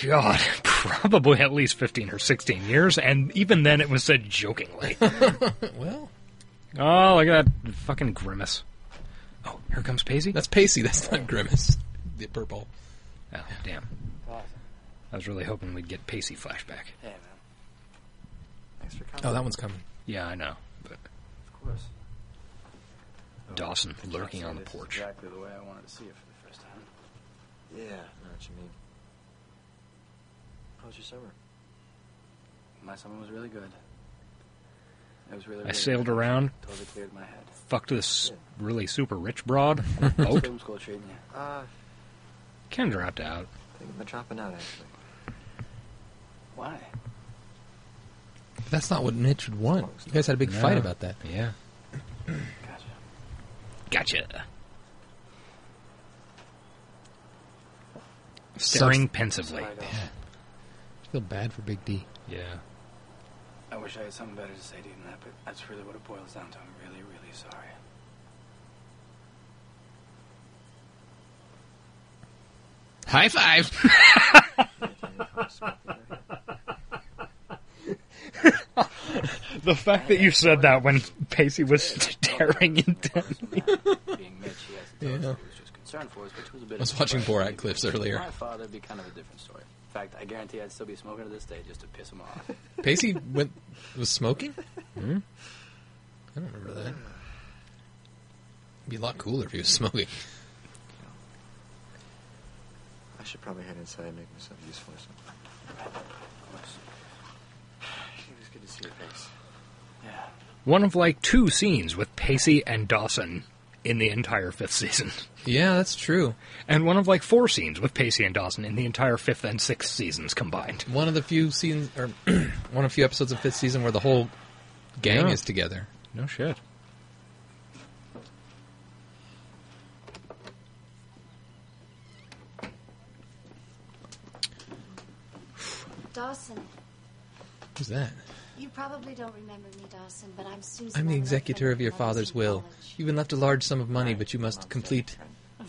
Speaker 1: God, probably at least 15 or 16 years, and even then it was said jokingly.
Speaker 2: Well,
Speaker 1: oh, look at that fucking grimace. Oh, here comes Paisy.
Speaker 2: that's Pacey. That's not Grimace. The purple.
Speaker 1: Oh, damn. I was really hoping we'd get Pacey flashback.
Speaker 8: Hey, man.
Speaker 9: Thanks for coming.
Speaker 2: Oh, that one's coming.
Speaker 1: Yeah, I know, but
Speaker 8: Of course.
Speaker 1: Dawson lurking on the
Speaker 8: This is
Speaker 1: porch.
Speaker 8: exactly the way I wanted to see it for the first time.
Speaker 9: Yeah, I know what you mean. How was your summer?
Speaker 8: My summer was really good. It was really,
Speaker 1: I
Speaker 8: really
Speaker 1: sailed
Speaker 8: good.
Speaker 1: around,
Speaker 8: Totally cleared my head.
Speaker 1: fucked this really super rich broad on a
Speaker 8: How's
Speaker 1: boat.
Speaker 8: film school treating you?
Speaker 9: Uh,
Speaker 1: Ken dropped out.
Speaker 9: I think I'm dropping out, actually.
Speaker 8: Why?
Speaker 2: But that's not what Mitch would want. You guys had a big
Speaker 1: No.
Speaker 2: fight about that.
Speaker 1: Yeah.
Speaker 8: Gotcha.
Speaker 1: Gotcha. Staring pensively.
Speaker 11: I feel bad for Big D.
Speaker 1: Yeah.
Speaker 5: I wish I had something better to say to you than that, but that's really what it boils down to. I'm really, really sorry.
Speaker 11: High five.
Speaker 1: The fact that you said that when Pacey was staring intently.
Speaker 5: Being Mitch, he has to tell us
Speaker 2: Yeah.
Speaker 5: what he was just concerned for us, which was a bit
Speaker 2: I was
Speaker 5: of a
Speaker 2: watching
Speaker 5: surprise.
Speaker 2: Borat clips earlier.
Speaker 5: My father would be kind of a different story. In fact, I guarantee I'd still be smoking to this day just to piss him off.
Speaker 2: Pacey went was smoking. Hmm? I don't remember that. It'd be a lot cooler if he was smoking.
Speaker 9: I should probably head inside and make myself useful or something. It was good to see your face.
Speaker 5: Yeah.
Speaker 1: One of like two scenes with Pacey and Dawson in the entire fifth season.
Speaker 2: Yeah, that's true.
Speaker 1: And one of like four scenes with Pacey and Dawson in the entire fifth and sixth seasons combined.
Speaker 2: One of the few scenes, or one of the few episodes of fifth season where the whole gang is together.
Speaker 1: No shit.
Speaker 4: Dawson,
Speaker 2: Who's that?
Speaker 4: you probably don't remember me, Dawson, but I'm Susan.
Speaker 2: I'm the
Speaker 4: Lemonade
Speaker 2: executor
Speaker 4: from
Speaker 2: of your
Speaker 4: Lemonade
Speaker 2: father's
Speaker 4: College.
Speaker 2: will. You've been left a large sum of money, but you must complete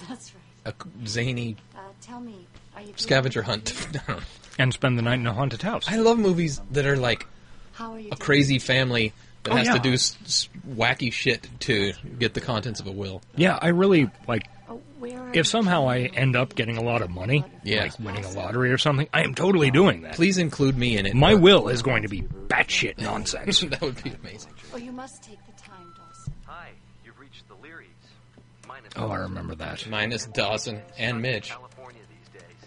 Speaker 4: That's right.
Speaker 2: a zany
Speaker 4: Uh, tell me, are you dreaming
Speaker 2: scavenger
Speaker 4: of
Speaker 2: hunt.
Speaker 4: me?
Speaker 2: I don't know.
Speaker 1: And spend the night in a haunted house.
Speaker 2: I love movies that are like
Speaker 4: How are you?
Speaker 2: a crazy family that
Speaker 1: Oh,
Speaker 2: has
Speaker 1: yeah.
Speaker 2: to do s- s- wacky shit to get the contents of a will.
Speaker 1: Yeah, I really like.
Speaker 4: Oh, where are
Speaker 1: If somehow I end up getting a lot of money,
Speaker 2: Yeah.
Speaker 1: like winning a lottery or something, I am totally doing that.
Speaker 2: Please include me in it.
Speaker 1: My will is going to be batshit nonsense.
Speaker 2: that would be amazing.
Speaker 4: Oh, you must take the time, Dawson.
Speaker 12: Hi, you've reached the Learys. Minus
Speaker 1: Oh, I remember that.
Speaker 2: Minus Dawson and Mitch.
Speaker 12: California these days.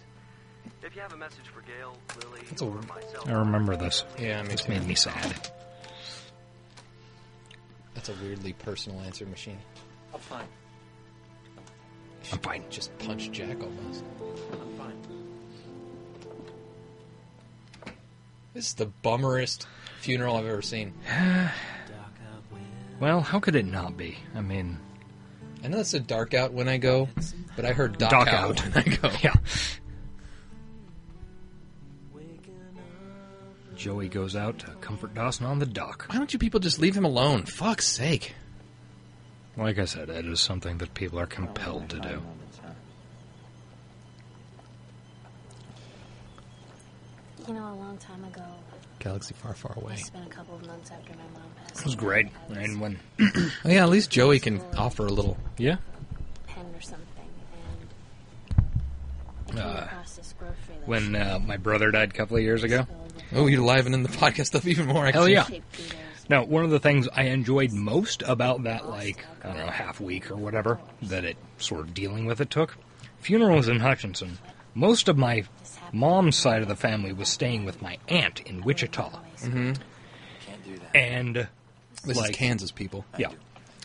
Speaker 12: If you have a message for Gail, Lily,
Speaker 1: That's a-
Speaker 12: or myself,
Speaker 1: I remember this.
Speaker 2: Yeah, me
Speaker 1: this
Speaker 2: too.
Speaker 1: made me sad.
Speaker 2: That's a weirdly personal answer machine.
Speaker 7: I'm fine.
Speaker 1: I'm fine.
Speaker 2: Just punch Jack almost.
Speaker 7: I'm fine.
Speaker 2: This is the bummerest funeral I've ever seen.
Speaker 1: Well, how could it not be? I mean,
Speaker 2: I know it's a dark out when I go, but I heard dock,
Speaker 1: Dock
Speaker 2: out.
Speaker 1: out.
Speaker 2: when I go.
Speaker 1: Yeah. Joey goes out to comfort Dawson on the dock.
Speaker 2: Why don't you people just leave him alone? Fuck's sake.
Speaker 1: Like I said, it is something that people are compelled to do.
Speaker 4: You know, a long time ago,
Speaker 2: Galaxy far, far away.
Speaker 4: it's been a couple of months after my mom passed.
Speaker 1: It was great. And when
Speaker 2: Oh, yeah, at least Joey can offer a little.
Speaker 1: yeah,
Speaker 4: pen or something, and I came
Speaker 1: Uh,
Speaker 4: across this grocery that
Speaker 1: when uh, my brother died a couple of years ago.
Speaker 2: Oh, you're livening the podcast up even more.
Speaker 1: Hell
Speaker 2: Actually.
Speaker 1: yeah! Now, one of the things I enjoyed most about that, like I don't know, half week or whatever that it sort of dealing with it took. Funerals in Hutchinson. Most of my mom's side of the family was staying with my aunt in Wichita,
Speaker 2: Mm-hmm.
Speaker 7: Can't do that.
Speaker 1: and
Speaker 2: This
Speaker 1: like
Speaker 2: is Kansas people.
Speaker 1: yeah,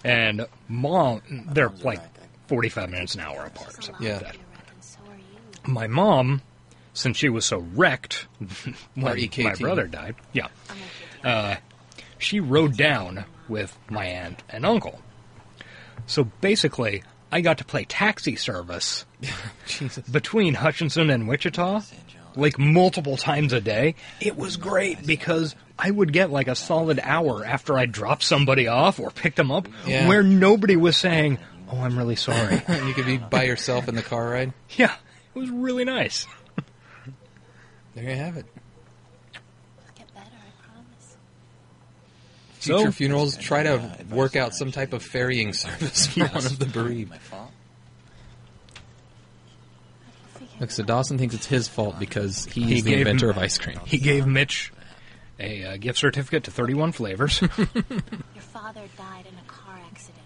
Speaker 1: and mom, they're like forty-five minutes an hour apart or something
Speaker 2: Yeah.
Speaker 1: like that. my mom, since she was so wrecked
Speaker 2: Our
Speaker 1: when my
Speaker 2: EKT.
Speaker 1: brother died, yeah, uh, she rode down with my aunt and uncle. So basically, I got to play taxi service
Speaker 2: Jesus.
Speaker 1: between Hutchinson and Wichita like multiple times a day. It was great because I would get like a solid hour after I dropped somebody off or picked them up
Speaker 2: Yeah.
Speaker 1: where nobody was saying, Oh, I'm really sorry.
Speaker 2: And you could be by yourself in the car ride.
Speaker 1: yeah, it was really nice.
Speaker 2: There you have it.
Speaker 4: get better, I promise.
Speaker 2: Future
Speaker 1: So-
Speaker 2: funerals try to work out some type of ferrying service for one of the bereaved.
Speaker 7: My fault?
Speaker 2: Look, so Dawson thinks it's his fault because he's
Speaker 1: He
Speaker 2: the
Speaker 1: gave
Speaker 2: inventor
Speaker 1: him-
Speaker 2: of ice cream.
Speaker 1: He gave Mitch a uh, gift certificate to 31 flavors,
Speaker 4: Your father died in a car accident.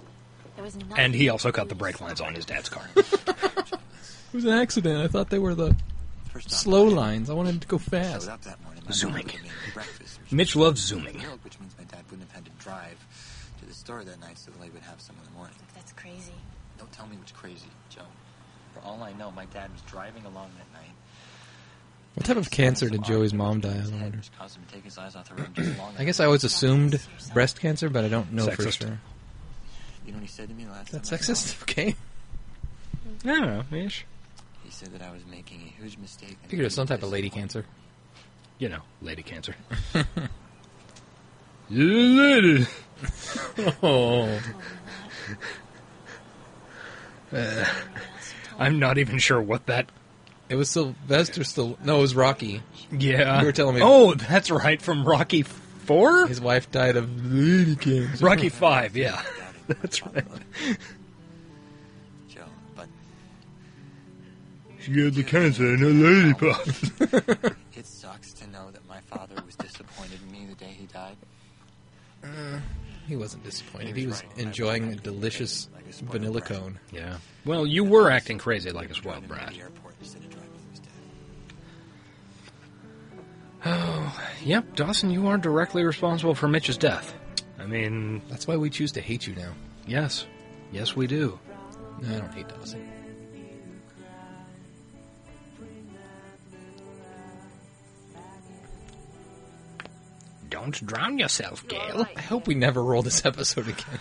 Speaker 4: There was nothing
Speaker 1: and he also
Speaker 4: you
Speaker 1: cut the
Speaker 4: could
Speaker 1: brake lines on his dad's car.
Speaker 2: It was an accident. I thought they were the
Speaker 7: First off,
Speaker 2: slow lines. I wanted to go
Speaker 7: I
Speaker 2: fast.
Speaker 7: showed up that morning. My
Speaker 1: Zooming.
Speaker 7: mom gave me breakfast, which
Speaker 1: Mitch loves zooming.
Speaker 7: milk, which means my dad wouldn't have had to drive to the store that night so that I would have some in the morning.
Speaker 4: do. That's crazy.
Speaker 7: Don't tell me what's crazy, Joe. For all I know, my dad was driving along that night.
Speaker 2: What type of cancer did Joey's mom die of? I
Speaker 7: It
Speaker 2: wonder.
Speaker 7: was causing him to take his eyes off the road just long
Speaker 2: I guess I
Speaker 7: enough.
Speaker 2: always assumed breast cancer, but I don't know for
Speaker 1: Sexist.
Speaker 2: sure.
Speaker 7: You know what he said to me last
Speaker 2: Is that
Speaker 7: time I saw him?
Speaker 2: sexist? Okay.
Speaker 1: I don't know, ish.
Speaker 7: He said that I was making a huge mistake. and
Speaker 2: Figured it was some type of
Speaker 7: disappointed
Speaker 2: lady cancer.
Speaker 1: You know, lady cancer. Lady.
Speaker 2: oh.
Speaker 1: Uh, I'm not even sure what that.
Speaker 2: It was Sylvester still. No, it was Rocky.
Speaker 1: Yeah.
Speaker 2: You were telling me.
Speaker 1: Oh, that's right, from Rocky Four.
Speaker 2: His wife died of lady cancer.
Speaker 1: Rocky Five. Yeah, that's right.
Speaker 7: Joe, but
Speaker 1: She had the cancer in her lollipop.
Speaker 7: it sucks to know that my father was disappointed in me the day he died.
Speaker 2: Uh, he wasn't disappointed. He was enjoying a delicious vanilla cone.
Speaker 1: yeah. Well, you were acting crazy like a spoiled brat. Oh, yep, Dawson, you are directly responsible for Mitch's death. I mean,
Speaker 2: That's why we choose to hate you now.
Speaker 1: yes, yes, we do.
Speaker 2: No, I don't hate Dawson.
Speaker 1: Don't drown yourself, Gail.
Speaker 2: I hope we never roll this episode again.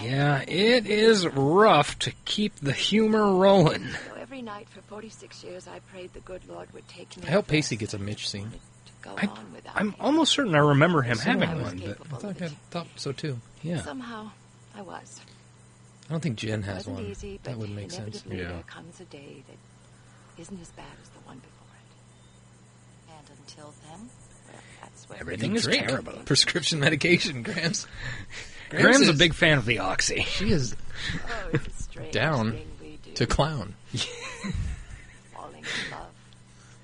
Speaker 1: Yeah, it is rough to keep the humor rolling.
Speaker 13: So every night for 46 years, I prayed the good Lord would take me.
Speaker 2: I hope Pacey gets a Mitch scene.
Speaker 13: to go
Speaker 1: I,
Speaker 13: on without
Speaker 1: I'm
Speaker 13: me.
Speaker 1: almost certain I remember him
Speaker 2: Somehow
Speaker 1: having
Speaker 2: I was
Speaker 1: one, but
Speaker 2: I thought, I thought so too.
Speaker 1: yeah.
Speaker 13: Somehow, I was.
Speaker 2: I don't think Jen
Speaker 13: It
Speaker 2: has
Speaker 13: wasn't
Speaker 2: one.
Speaker 13: easy, but
Speaker 2: that would make sense.
Speaker 13: inevitably
Speaker 1: Yeah.
Speaker 13: there comes a day that isn't as bad as the one before it.
Speaker 10: And until then,
Speaker 13: Well, that's when
Speaker 1: Everything is
Speaker 2: Drink.
Speaker 1: terrible.
Speaker 2: Prescription medication, Grams.
Speaker 1: Graham's a
Speaker 2: is-
Speaker 1: big fan of the Oxy.
Speaker 2: She is
Speaker 13: Oh, it's a strange
Speaker 2: Down
Speaker 13: thing we do.
Speaker 2: to clown.
Speaker 13: falling in love.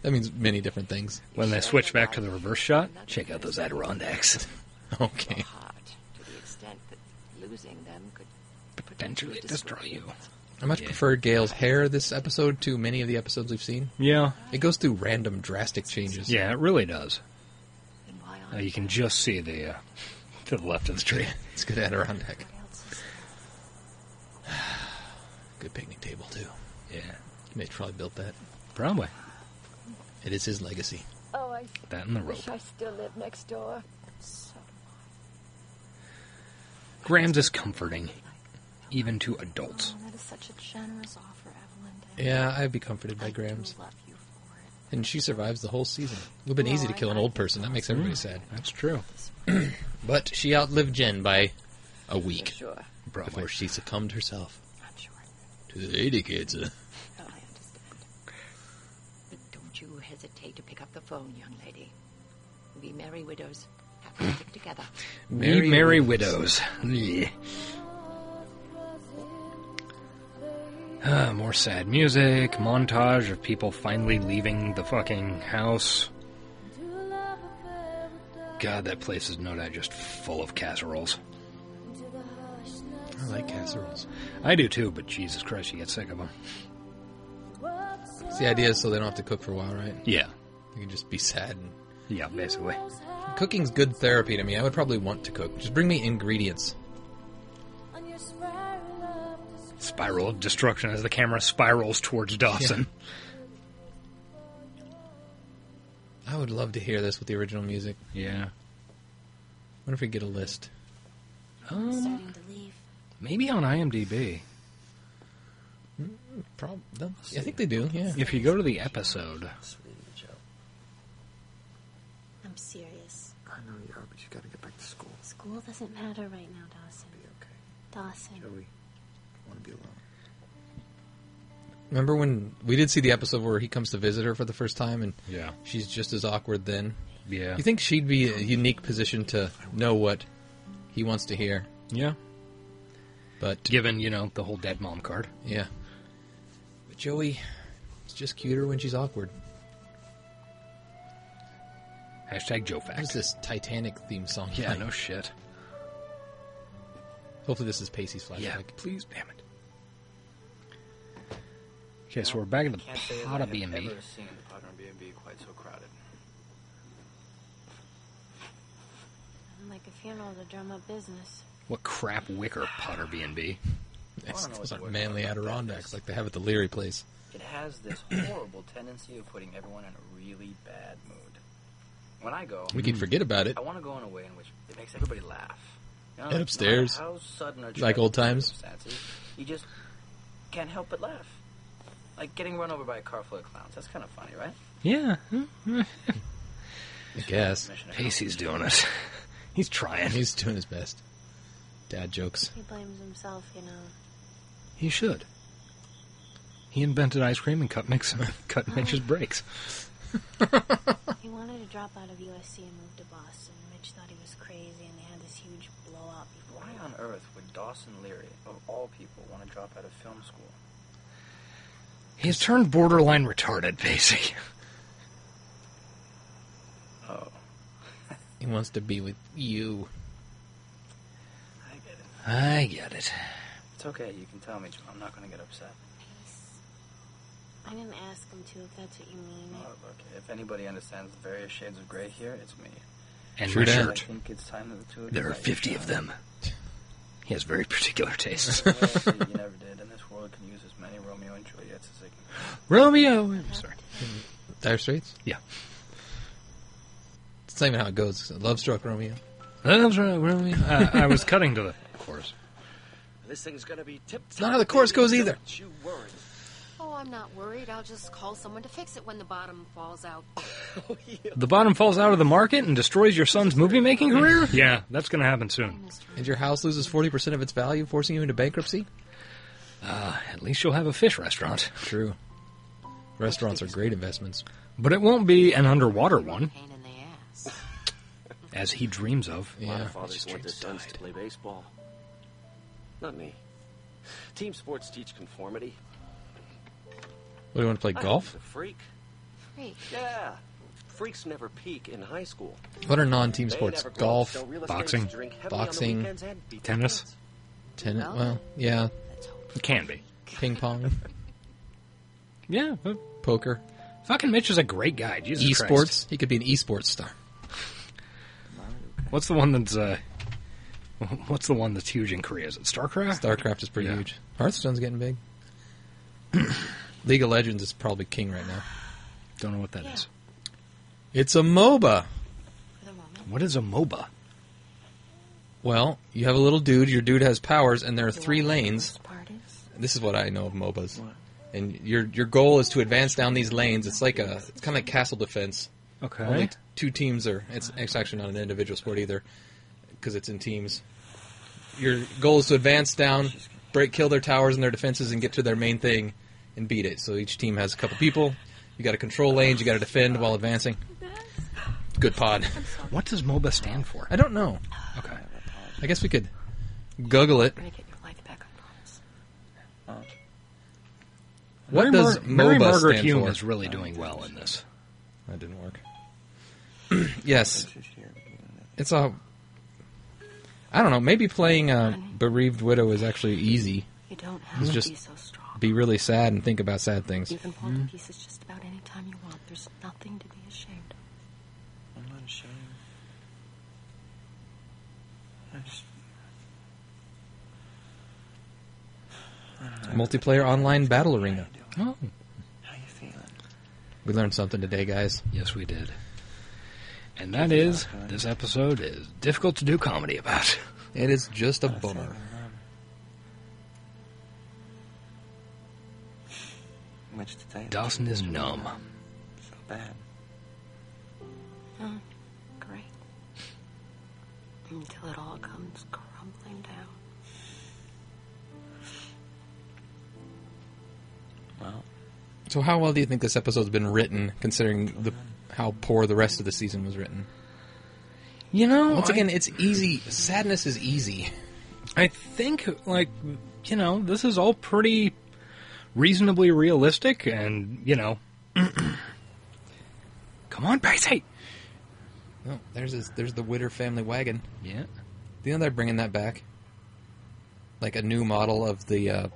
Speaker 2: That means many different things.
Speaker 1: When they switch back to the reverse shot, check out those Adirondacks.
Speaker 2: Okay.
Speaker 13: Heart, to the extent that losing them could
Speaker 1: Potentially destroy you.
Speaker 2: I much
Speaker 1: Yeah.
Speaker 2: prefer Gail's hair this episode to many of the episodes we've seen.
Speaker 1: Yeah.
Speaker 2: It goes through random, drastic changes.
Speaker 1: Yeah, it really does.
Speaker 13: Then why
Speaker 1: Uh,
Speaker 13: aren't
Speaker 1: you can just see the uh, to the left of the tree.
Speaker 2: It's good Adirondack.
Speaker 10: what else is
Speaker 2: Good picnic table, too.
Speaker 1: Yeah,
Speaker 2: Mitch probably built that.
Speaker 1: probably
Speaker 2: It is his legacy.
Speaker 13: Oh, I
Speaker 1: that and the rope.
Speaker 13: I still live next door. So
Speaker 1: Graham's is comforting, even to adults.
Speaker 10: Oh, that is such a generous offer, Evelyn. Dale.
Speaker 2: Yeah, I'd be comforted
Speaker 10: I
Speaker 2: by Grams.
Speaker 10: do love you for it.
Speaker 2: And she survives the whole season. It would have been easy to kill an old person. That makes everybody sad.
Speaker 1: That's true.
Speaker 2: But she outlived Jen by a week
Speaker 13: sure,
Speaker 2: before
Speaker 1: Probably.
Speaker 2: she succumbed herself
Speaker 13: I'm sure.
Speaker 2: to the lady cancer.
Speaker 13: No, I understand. But don't you hesitate to pick up the phone, young lady. We merry widows have to stick together.
Speaker 1: We marry widows. Yeah. Ah, more sad music, montage of people finally leaving the fucking house. God, that place is no doubt just full of casseroles.
Speaker 2: I like casseroles.
Speaker 1: I do too, but Jesus Christ, you get sick of them.
Speaker 2: It's the idea is so they don't have to cook for a while, right?
Speaker 1: Yeah.
Speaker 2: You can just be sad. And...
Speaker 1: Yeah, basically.
Speaker 2: Cooking's good therapy to me. I would probably want to cook. Just bring me ingredients.
Speaker 1: Spiral of destruction as the camera spirals towards Dawson.
Speaker 2: I would love to hear this with the original music.
Speaker 1: Yeah.
Speaker 2: wonder if we get a list.
Speaker 1: Um,
Speaker 10: Starting to leave.
Speaker 1: maybe on IMDb.
Speaker 2: Prob- no, I think they do, yeah.
Speaker 1: If you go to the episode,
Speaker 9: Sweetie, Joe.
Speaker 4: I'm serious.
Speaker 9: I know you are, but you gotta get back to school.
Speaker 4: School doesn't matter right now, Dawson.
Speaker 9: Be okay.
Speaker 4: Dawson.
Speaker 9: Joey, I wanna be alone.
Speaker 2: Remember when we did see the episode where he comes to visit her for the first time and
Speaker 1: Yeah.
Speaker 2: she's just as awkward then?
Speaker 1: yeah.
Speaker 2: You think she'd be a unique position to know what he wants to hear?
Speaker 1: Yeah.
Speaker 2: But
Speaker 1: Given, you know, the whole dead mom card.
Speaker 2: yeah. But Joey is just cuter when she's awkward.
Speaker 1: Hashtag Joe
Speaker 2: What is
Speaker 1: Fact.
Speaker 2: this Titanic theme song?
Speaker 1: Yeah,
Speaker 2: playing?
Speaker 1: no shit.
Speaker 2: Hopefully this is Pacey's flashback.
Speaker 1: Yeah, please, damn it. Okay, so we're back at the
Speaker 5: Can't say that
Speaker 1: Potta
Speaker 5: I've
Speaker 1: B&B.
Speaker 5: Ever seen the Potter B&B quite so crowded.
Speaker 4: I'm like a funeral to drum up business.
Speaker 1: What crap wicker Potter B&B?
Speaker 2: That's,
Speaker 5: I don't know
Speaker 2: those
Speaker 5: what
Speaker 2: aren't
Speaker 5: the word
Speaker 2: manly
Speaker 5: about that
Speaker 2: Adirondacks
Speaker 5: is.
Speaker 2: like they have at the Leary place.
Speaker 5: It has this horrible tendency of putting everyone in a really bad mood. When I go,
Speaker 2: We can forget about it.
Speaker 5: I want to go in a way in which it makes everybody laugh. You know,
Speaker 2: And
Speaker 5: no
Speaker 2: upstairs.
Speaker 5: matter how sudden or
Speaker 2: Like old
Speaker 5: tragic the
Speaker 2: times.
Speaker 5: circumstances, You just can't help but laugh.
Speaker 14: Like getting run over by a car full of clowns. That's kind of funny, right?
Speaker 1: Yeah. I
Speaker 2: guess.
Speaker 1: Pacey's doing it. He's trying.
Speaker 2: He's doing his best. Dad jokes.
Speaker 4: He blames himself, you know.
Speaker 1: He should. He invented ice cream and cut Mix cut Mitch's brakes.
Speaker 4: he wanted to drop out of USC and move to Boston. Mitch thought he was crazy, and they had this huge blow up before.
Speaker 14: Why on earth would Dawson Leary, of all people, want to drop out of film school?
Speaker 1: He's turned borderline retarded, Pacey.
Speaker 14: Oh.
Speaker 2: He wants to be with you.
Speaker 14: I get it.
Speaker 1: I get it.
Speaker 14: It's okay. You can tell me, Jim. I'm not going to get upset.
Speaker 4: I didn't ask him to, if that's what you mean.
Speaker 14: Oh, look, if anybody understands the various shades of gray here, it's me.
Speaker 1: And
Speaker 14: Sure
Speaker 1: Richard.
Speaker 14: I think it's time that the two of you
Speaker 1: There are
Speaker 14: got your
Speaker 1: 50 of
Speaker 14: shine.
Speaker 1: them. He has very particular tastes.
Speaker 14: Well, see, you never did, and this world can use as many Romeo and Juliets as it can.
Speaker 1: Romeo! I'm sorry.
Speaker 2: Dire Straits?
Speaker 1: Yeah.
Speaker 2: It's not even how it goes. Love struck Romeo.
Speaker 1: Love struck Romeo. Uh, I was cutting to the chorus.
Speaker 8: This thing's gonna be tipped.
Speaker 2: Not how the chorus goes either.
Speaker 8: You worry.
Speaker 10: Oh, I'm not worried. I'll just call someone to fix it when the bottom falls out.
Speaker 1: The bottom falls out of the market and destroys your son's movie making career? Yeah, that's going to happen soon.
Speaker 2: And your house loses 40% of its value, forcing you into bankruptcy?
Speaker 1: Uh, at least you'll have a fish restaurant.
Speaker 2: True. Restaurants are great investments.
Speaker 1: But it won't be an underwater one. As he dreams of.
Speaker 8: A lot of fathers want their sons to play baseball. Not me. Team sports teach conformity.
Speaker 2: What do you want to play
Speaker 8: I
Speaker 2: golf?
Speaker 8: was a freak.
Speaker 10: Freak.
Speaker 8: Yeah. Freaks never peak in high school.
Speaker 2: What are non-team
Speaker 8: They
Speaker 2: sports?
Speaker 8: never grow up,
Speaker 2: Golf,
Speaker 8: sell real estate,
Speaker 2: boxing,
Speaker 8: drink heavily on the
Speaker 2: boxing,
Speaker 8: weekends, and beat their
Speaker 2: tennis, tennis. Well, yeah,
Speaker 1: It can be.
Speaker 2: ping pong,
Speaker 1: Yeah. but
Speaker 2: poker,
Speaker 1: Fucking Mitch is a great guy. Jesus
Speaker 2: esports.
Speaker 1: Christ.
Speaker 2: He could be an esports star.
Speaker 1: What's the one that's, uh... What's the one that's huge in Korea? Is it StarCraft?
Speaker 2: StarCraft is pretty
Speaker 1: Yeah.
Speaker 2: huge. Hearthstone's getting big. League of Legends is probably king right now.
Speaker 1: Don't know what that is.
Speaker 2: It's a MOBA.
Speaker 1: What is a MOBA?
Speaker 2: Well, you have a little dude. Your dude has powers, and there are three lanes. This is what I know of MOBAs. And your your goal is to advance down these lanes. It's like a it's kind of like castle defense.
Speaker 1: Okay.
Speaker 2: Only t- two teams are. It's, it's actually not an individual sport either, because it's in teams. Your goal is to advance down, break, kill their towers and their defenses, and get to their main thing, and beat it. So each team has a couple people. You got to control lanes. You got to defend while advancing. Good pod.
Speaker 1: What does MOBA stand for?
Speaker 2: I don't know.
Speaker 1: Okay.
Speaker 2: I guess we could Google it.
Speaker 10: Gonna get your life back on promise.
Speaker 2: What
Speaker 1: Mary
Speaker 2: does
Speaker 1: Mar- Mary
Speaker 2: MOBA
Speaker 1: Margaret
Speaker 2: stand
Speaker 1: Hume
Speaker 2: for?
Speaker 1: is really doing well in this.
Speaker 2: That didn't work. yes. It's a. I don't know. Maybe playing a bereaved widow is actually easy.
Speaker 10: You don't have
Speaker 2: It's
Speaker 10: to
Speaker 2: just
Speaker 10: be so strong.
Speaker 2: be Mm-hmm. really sad and think about sad things.
Speaker 10: You can pull to pieces just about any time you want. There's nothing to be ashamed of.
Speaker 5: I'm not ashamed. I just.
Speaker 2: Multiplayer online battle arena.
Speaker 1: Oh.
Speaker 5: How you feeling?
Speaker 2: We learned something today, guys.
Speaker 1: Yes, we did. And that is, this episode is difficult to do comedy about.
Speaker 2: It is just a bummer.
Speaker 5: Much to tell you.
Speaker 1: Dawson is numb.
Speaker 5: So bad.
Speaker 10: Oh, great. Until it all comes crumbling down.
Speaker 2: So, how well do you think this episode's been written, considering the how poor the rest of the season was written?
Speaker 1: You know,
Speaker 2: Once
Speaker 1: I-
Speaker 2: again, it's easy. Sadness is easy.
Speaker 1: I think, like, you know, this is all pretty reasonably realistic, and, you know. Come on, Pacey!
Speaker 2: Oh, there's his, there's the Witter family wagon.
Speaker 1: Yeah.
Speaker 2: Do you know they're bringing that back? Like a new model of the, uh,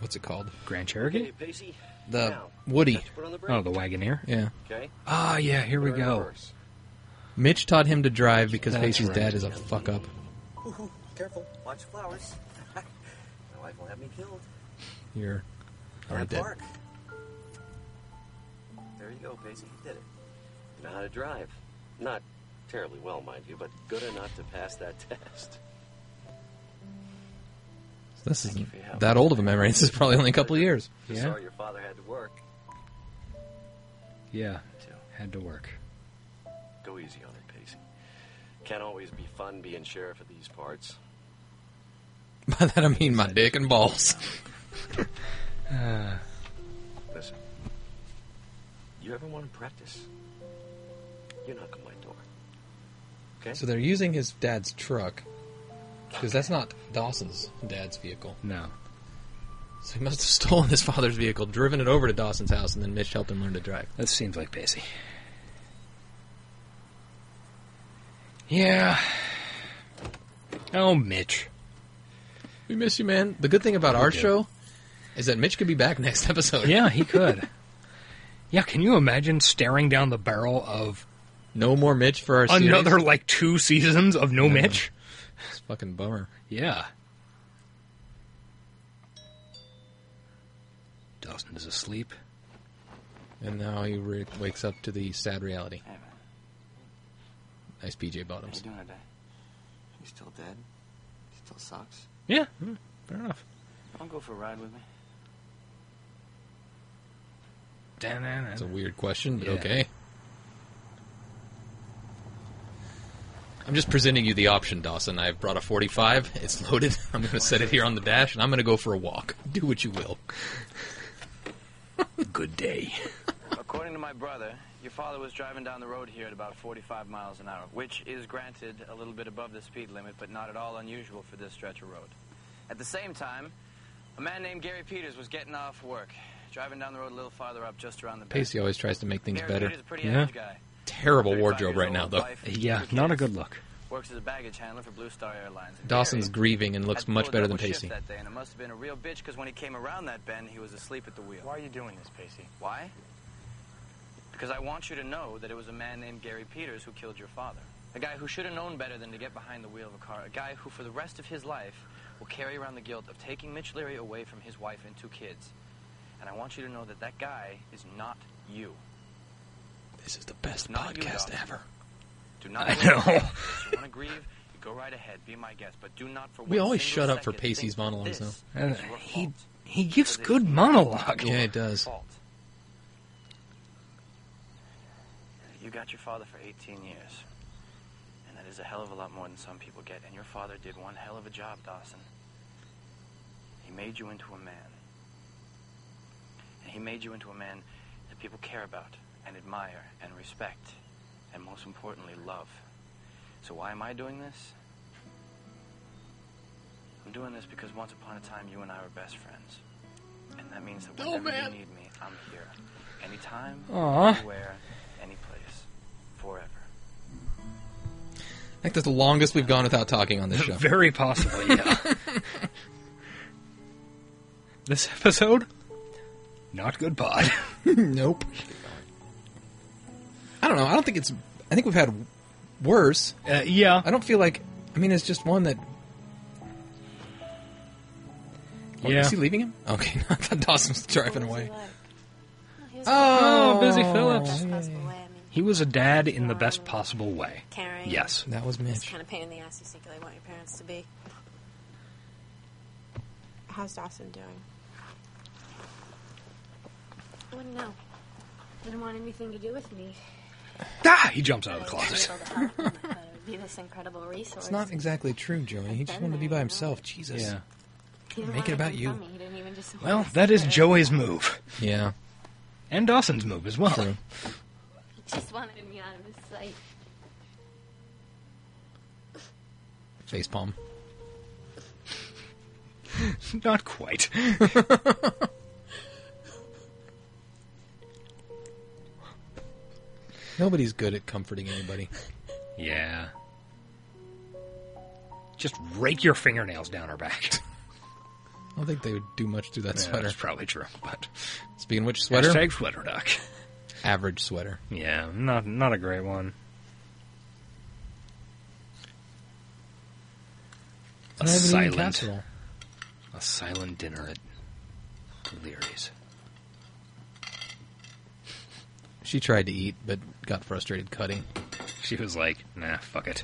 Speaker 2: what's it called?
Speaker 1: Grand
Speaker 8: Okay,
Speaker 1: Cherokee?
Speaker 8: Pacey.
Speaker 2: The
Speaker 8: now,
Speaker 2: Woody.
Speaker 8: touch foot on the brake.
Speaker 1: Oh, the Wagoneer?
Speaker 2: Yeah.
Speaker 8: Okay.
Speaker 1: Ah, yeah, here we
Speaker 8: We're in
Speaker 1: go.
Speaker 8: reverse.
Speaker 2: Mitch taught him to drive because
Speaker 1: That's
Speaker 2: Pacey's
Speaker 1: right.
Speaker 2: dad is a fuck up.
Speaker 8: Ooh, careful. Watch flowers. My wife will have me killed.
Speaker 2: You're already
Speaker 8: That
Speaker 2: dead.
Speaker 8: bark. There you go, Pacey. You did it. You know how to drive. Not terribly well, mind you, but good enough to pass that test.
Speaker 2: This isn't that old of a memory. This is probably only a couple of years.
Speaker 1: Yeah.
Speaker 8: Sorry your father had to work.
Speaker 1: Yeah, had to work.
Speaker 8: Go easy on it, Pacey. Can't always be fun being sheriff of these parts.
Speaker 2: By that I mean my dick and balls.
Speaker 1: Uh,
Speaker 8: Listen, you ever want to practice? You knock on my door. Okay?
Speaker 2: so they're using his dad's truck because that's not Dawson's dad's vehicle.
Speaker 1: No.
Speaker 2: So he must have stolen his father's vehicle, driven it over to Dawson's house, and then Mitch helped him learn to drive.
Speaker 1: That seems like Pacey. Yeah. Oh, Mitch.
Speaker 2: We miss you, man. The good thing about
Speaker 1: We
Speaker 2: our
Speaker 1: do.
Speaker 2: show is that Mitch could be back next episode.
Speaker 1: Yeah, he could. yeah, can you imagine staring down the barrel of
Speaker 2: no more Mitch for our series?
Speaker 1: another like two seasons of no
Speaker 2: Yeah.
Speaker 1: Mitch?
Speaker 2: It's a fucking bummer.
Speaker 1: Yeah. Dawson is asleep.
Speaker 2: And now he re- wakes up to the sad reality. Nice PJ Bottoms.
Speaker 5: How you doing today?
Speaker 9: He's still dead. He still sucks.
Speaker 1: Yeah, hmm, fair enough.
Speaker 5: Don't go for a ride with me.
Speaker 2: It's a weird question, but
Speaker 5: Yeah.
Speaker 2: okay. I'm just presenting you the option, Dawson. I've brought a 45. It's loaded. I'm going to set it here on the dash, and I'm going to go for a walk. Do what you will.
Speaker 1: Good day.
Speaker 5: According to my brother, your father was driving down the road here at about 45 miles an hour, which is granted a little bit above the speed limit, but not at all unusual for this stretch of road. At the same time, a man named Gary Peters was getting off work, driving down the road a little farther up, just around the.
Speaker 2: Pacey always tries to make things
Speaker 5: Gary
Speaker 2: better.
Speaker 5: Peters is a pretty average guy.
Speaker 2: Terrible wardrobe right now, though.
Speaker 1: Yeah, not a good look.
Speaker 5: Works as a baggage handler for Blue Star Airlines. And
Speaker 2: Dawson's
Speaker 5: Gary
Speaker 2: grieving and looks
Speaker 5: had to
Speaker 2: much
Speaker 5: pull a
Speaker 2: better than
Speaker 5: double shift
Speaker 2: Pacey.
Speaker 5: That day, and it must have been a real bitch because when he came around that bend, he was asleep at the wheel. Why are you doing this, Pacey? Why? Because I want you to know that it was a man named Gary Peters who killed your father. A guy who should have known better than to get behind the wheel of a car. A guy who, for the rest of his life, will carry around the guilt of taking Mitch Leary away from his wife and two kids. And I want you to know that that guy is not you.
Speaker 2: This is the best
Speaker 5: Not you,
Speaker 2: podcast
Speaker 5: Dawson.
Speaker 2: ever.
Speaker 5: Do not.
Speaker 2: I
Speaker 5: grieve.
Speaker 2: know.
Speaker 5: If you want to grieve, you go right ahead. Be my guest, but do not for
Speaker 2: We
Speaker 5: one
Speaker 2: always
Speaker 5: single
Speaker 2: shut up for
Speaker 5: second
Speaker 2: Pacey's
Speaker 5: think
Speaker 2: monologues,
Speaker 5: this
Speaker 2: though.
Speaker 1: And he he gives good monologue.
Speaker 2: Yeah, it does.
Speaker 5: You got your father for 18 years. And that is a hell of a lot more than some people get. And your father did one hell of a job, Dawson. He made you into a man. And he made you into a man that people care about and admire and respect and most importantly, love. So why am I doing this? I'm doing this because once upon a time you and I were best friends. And that means that
Speaker 2: Oh,
Speaker 5: whenever
Speaker 2: man.
Speaker 5: you need me, I'm here. Anytime,
Speaker 2: Aw.
Speaker 5: anywhere, any place. Forever.
Speaker 2: I think that's the longest we've gone without talking on this show.
Speaker 1: Very possibly, yeah. this episode, not good pod.
Speaker 2: nope. I don't know. I don't think it's. I think we've had worse.
Speaker 1: Uh, yeah.
Speaker 2: I don't feel like. I mean, it's just one that. Oh,
Speaker 1: Yeah.
Speaker 2: Is he leaving him? Okay, I thought Dawson was driving away.
Speaker 1: Oh, Busy
Speaker 2: Oh.
Speaker 1: Phillips.
Speaker 4: Possible way. I mean,
Speaker 1: He was a dad in the best possible way.
Speaker 4: Caring.
Speaker 1: Yes.
Speaker 2: That was
Speaker 4: it's kind of pain in the ass you secretly want your parents to be.
Speaker 6: How's Dawson doing?
Speaker 4: I wouldn't know. Wouldn't want anything to do with me.
Speaker 1: Ah! He jumps out of the
Speaker 4: I'd
Speaker 1: closet.
Speaker 4: be able to help him, uh, Be this incredible resource.
Speaker 2: It's not exactly true, Joey. He just wanted to be by himself. Jesus.
Speaker 1: Yeah.
Speaker 4: He didn't
Speaker 2: Make it
Speaker 4: wanna
Speaker 2: about
Speaker 4: come
Speaker 2: you.
Speaker 4: from me. He didn't even just
Speaker 1: Well, that is Joey's move.
Speaker 2: Yeah.
Speaker 1: And Dawson's move as well.
Speaker 4: He just wanted me out of his sight.
Speaker 2: Face palm.
Speaker 1: Not quite.
Speaker 2: Nobody's good at comforting anybody.
Speaker 1: yeah. Just rake your fingernails down her back.
Speaker 2: I don't think they would do much through that
Speaker 1: Yeah,
Speaker 2: sweater.
Speaker 1: That's probably true. But
Speaker 2: Speaking of which, sweater.
Speaker 1: Hashtag sweater duck.
Speaker 2: Average sweater.
Speaker 1: Yeah, not not a great one.
Speaker 2: I
Speaker 1: A
Speaker 2: haven't eaten
Speaker 1: silent,
Speaker 2: casserole.
Speaker 1: a silent dinner at Leary's.
Speaker 2: She tried to eat, but got frustrated cutting.
Speaker 1: She was like, "Nah, fuck it.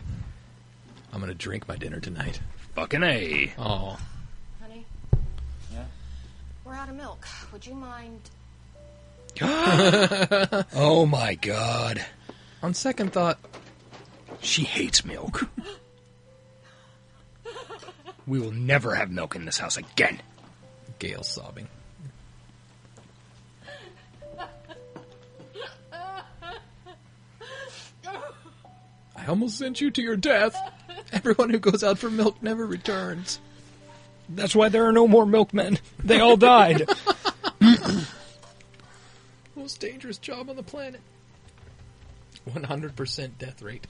Speaker 2: I'm gonna drink my dinner tonight."
Speaker 1: Fucking a."
Speaker 2: Oh,
Speaker 4: Honey,
Speaker 10: We're out of milk. Would you mind?
Speaker 1: oh my god.
Speaker 2: On second thought,
Speaker 1: she hates milk. we will never have milk in this house again.
Speaker 2: Gail's sobbing. I almost sent you to your death. Everyone who goes out for milk never returns.
Speaker 1: That's why there are no more milkmen. They all died.
Speaker 2: Most dangerous job on the planet. 100% death rate.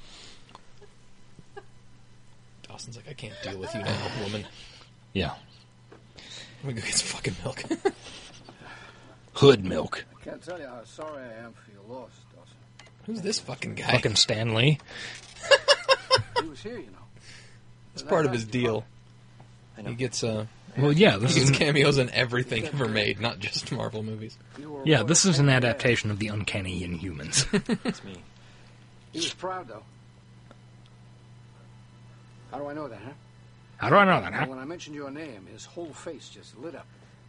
Speaker 2: Dawson's like, I can't deal with you now, woman.
Speaker 1: Yeah.
Speaker 2: I'm gonna go get some fucking milk.
Speaker 1: Hood milk.
Speaker 15: I can't tell you how sorry I am for your loss, Dawson.
Speaker 2: Who's this fucking guy?
Speaker 1: Fucking Stanley.
Speaker 15: he was here, you know.
Speaker 2: It's part of his deal. He gets uh
Speaker 1: Well, yeah, this
Speaker 2: he
Speaker 1: is
Speaker 2: gets cameos in everything ever made, not just Marvel movies.
Speaker 1: Yeah, this is an adaptation of the Uncanny Inhumans.
Speaker 9: It's me.
Speaker 15: He was proud, though. How do I know that, huh?
Speaker 1: How do I know that,
Speaker 15: Well,
Speaker 1: huh?
Speaker 15: When I mentioned your name, his whole face just lit up.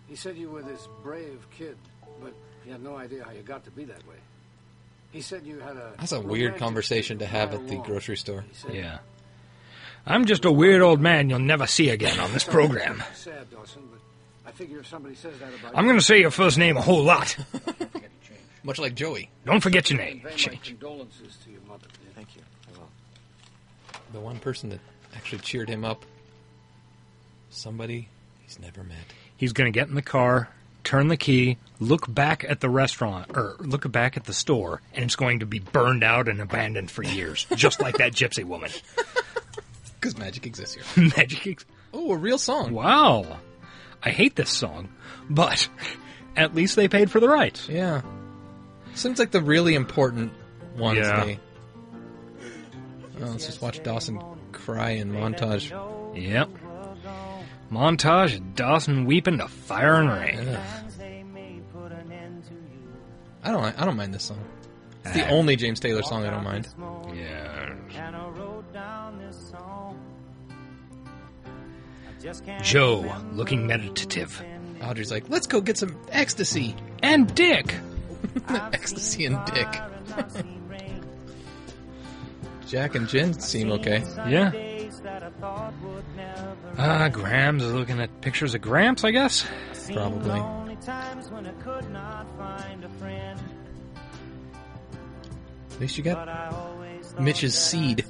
Speaker 15: He said you were this brave kid, but he had no idea how you got to be that way. He said you had a.
Speaker 2: That's a weird
Speaker 15: romantic
Speaker 2: conversation to have at the
Speaker 15: wall.
Speaker 2: grocery store.
Speaker 1: Yeah. I'm just a weird old man you'll never see again on this program.
Speaker 15: Sad, Dawson, but I figure if somebody says that about
Speaker 1: I'm going to say your first name a whole lot.
Speaker 2: Much like Joey.
Speaker 1: Don't forget your name.
Speaker 15: Convey my
Speaker 1: Shit.
Speaker 15: condolences to your mother. Thank you. I will.
Speaker 2: The one person that actually cheered him up. Somebody he's never met.
Speaker 1: He's going to get in the car, turn the key, look back at the restaurant, or look back at the store, and it's going to be burned out and abandoned for years, just like that gypsy woman.
Speaker 2: Because magic exists here.
Speaker 1: Magic. Ex-
Speaker 2: oh, a real song.
Speaker 1: Wow. I hate this song, but at least they paid for the rights.
Speaker 2: Yeah. Seems like the really important ones.
Speaker 1: Yeah.
Speaker 2: They, oh, let's just watch Dawson cry in montage.
Speaker 1: Yep. Montage of Dawson weeping to fire and rain.
Speaker 2: I don't. I don't mind this song. It's the
Speaker 1: Ah.
Speaker 2: only James Taylor song I don't mind.
Speaker 1: Yeah.
Speaker 16: And I wrote down this song. I just can't
Speaker 1: Joe looking meditative.
Speaker 2: Audrey's like, let's go get some ecstasy.
Speaker 1: And Dick.
Speaker 2: ecstasy and Dick. Jack and Jen seem okay.
Speaker 1: Yeah. Uh, Gramps is looking at pictures of Gramps, I guess.
Speaker 2: Probably.
Speaker 16: Only times when I could not find a friend.
Speaker 2: At least you got Mitch's seed.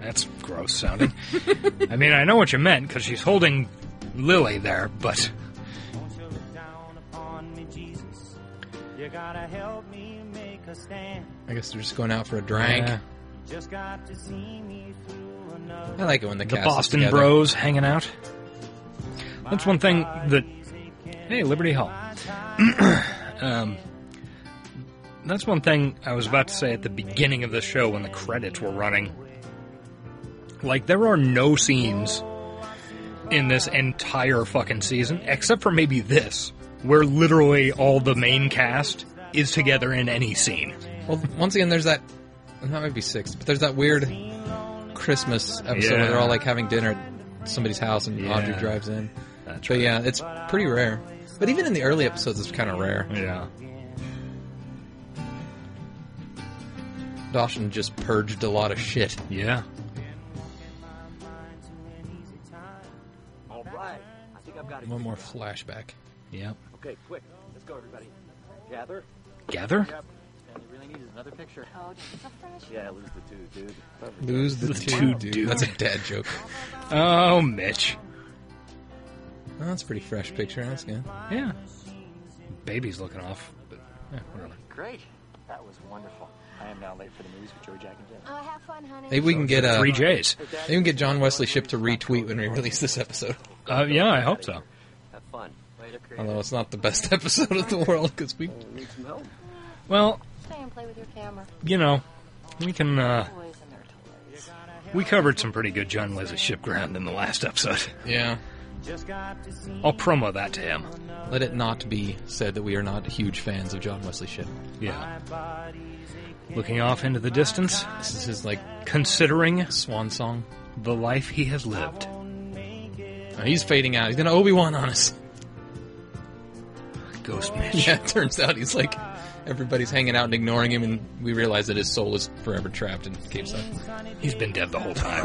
Speaker 1: That's gross sounding. I mean, I know what you meant because she's holding Lily there, but
Speaker 16: Won't you look down upon me, Jesus? You gotta help me make a stand.
Speaker 2: I guess they're just going out for a drink.
Speaker 1: Yeah.
Speaker 16: You just got to see me through another.
Speaker 2: I like it when the,
Speaker 1: the
Speaker 2: cast is
Speaker 1: Boston
Speaker 2: together.
Speaker 1: Bros hanging out. That's one thing that. Hey, Liberty Hall. um, that's one thing I was about to say at the beginning of the show when the credits were running. Like, there are no scenes in this entire fucking season, except for maybe this, where literally all the main cast is together in any scene.
Speaker 2: Well, once again, there's that. and That might be six, but there's that weird Christmas episode where they're
Speaker 1: Yeah.
Speaker 2: all like having dinner at somebody's house and
Speaker 1: Yeah.
Speaker 2: Audrey drives in.
Speaker 1: That's
Speaker 2: but yeah, it's pretty rare. But even in the early episodes, it's kind of rare.
Speaker 1: Yeah.
Speaker 2: Dawson just purged a lot of shit.
Speaker 1: Yeah.
Speaker 3: All right. I think I've got it.
Speaker 2: One more
Speaker 3: figured
Speaker 2: flashback.
Speaker 1: Yep.
Speaker 3: out. Okay, quick. Let's go, everybody. Gather.
Speaker 1: Gather?
Speaker 3: Yep. And we really need is another picture. Yeah, lose the two, dude.
Speaker 2: Lose the,
Speaker 1: The
Speaker 2: two,
Speaker 1: two
Speaker 2: dude.
Speaker 1: dude.
Speaker 2: That's a dad joke.
Speaker 1: Oh, Mitch.
Speaker 2: Oh, that's a pretty fresh picture. That's good.
Speaker 1: Yeah. Baby's looking off. But, yeah, whatever.
Speaker 9: Great. That was wonderful. I am now late for the movies with Joey Jack and Jen.
Speaker 4: Oh, have fun, honey.
Speaker 2: Maybe we can get uh,
Speaker 1: Three J's.
Speaker 2: Maybe we can get John Wesley Ship to retweet when we release this episode.
Speaker 1: Uh, yeah, I hope so.
Speaker 3: Have fun. Later, creator.
Speaker 2: Although it's not the best episode of the world because we
Speaker 3: Need some help?
Speaker 1: Well,
Speaker 4: Stay and play with your camera.
Speaker 1: you know, we can. Uh,
Speaker 4: Toys and their toys.
Speaker 1: we covered some pretty good John Wesley Ship ground in the last episode.
Speaker 2: yeah.
Speaker 16: Just got to see
Speaker 1: I'll promo that to him.
Speaker 2: Let it not be said that we are not huge fans of John Wesley Ship.
Speaker 1: Yeah. Looking off into the distance,
Speaker 2: This is his like
Speaker 1: considering
Speaker 2: swan song.
Speaker 1: the life he has lived.
Speaker 2: Oh, he's fading out. He's gonna Obi Wan on us.
Speaker 1: ghost
Speaker 2: match. Yeah, it turns out he's like everybody's hanging out and ignoring him, and we realize that his soul is forever trapped in Cape Side.
Speaker 1: He's been dead the whole time.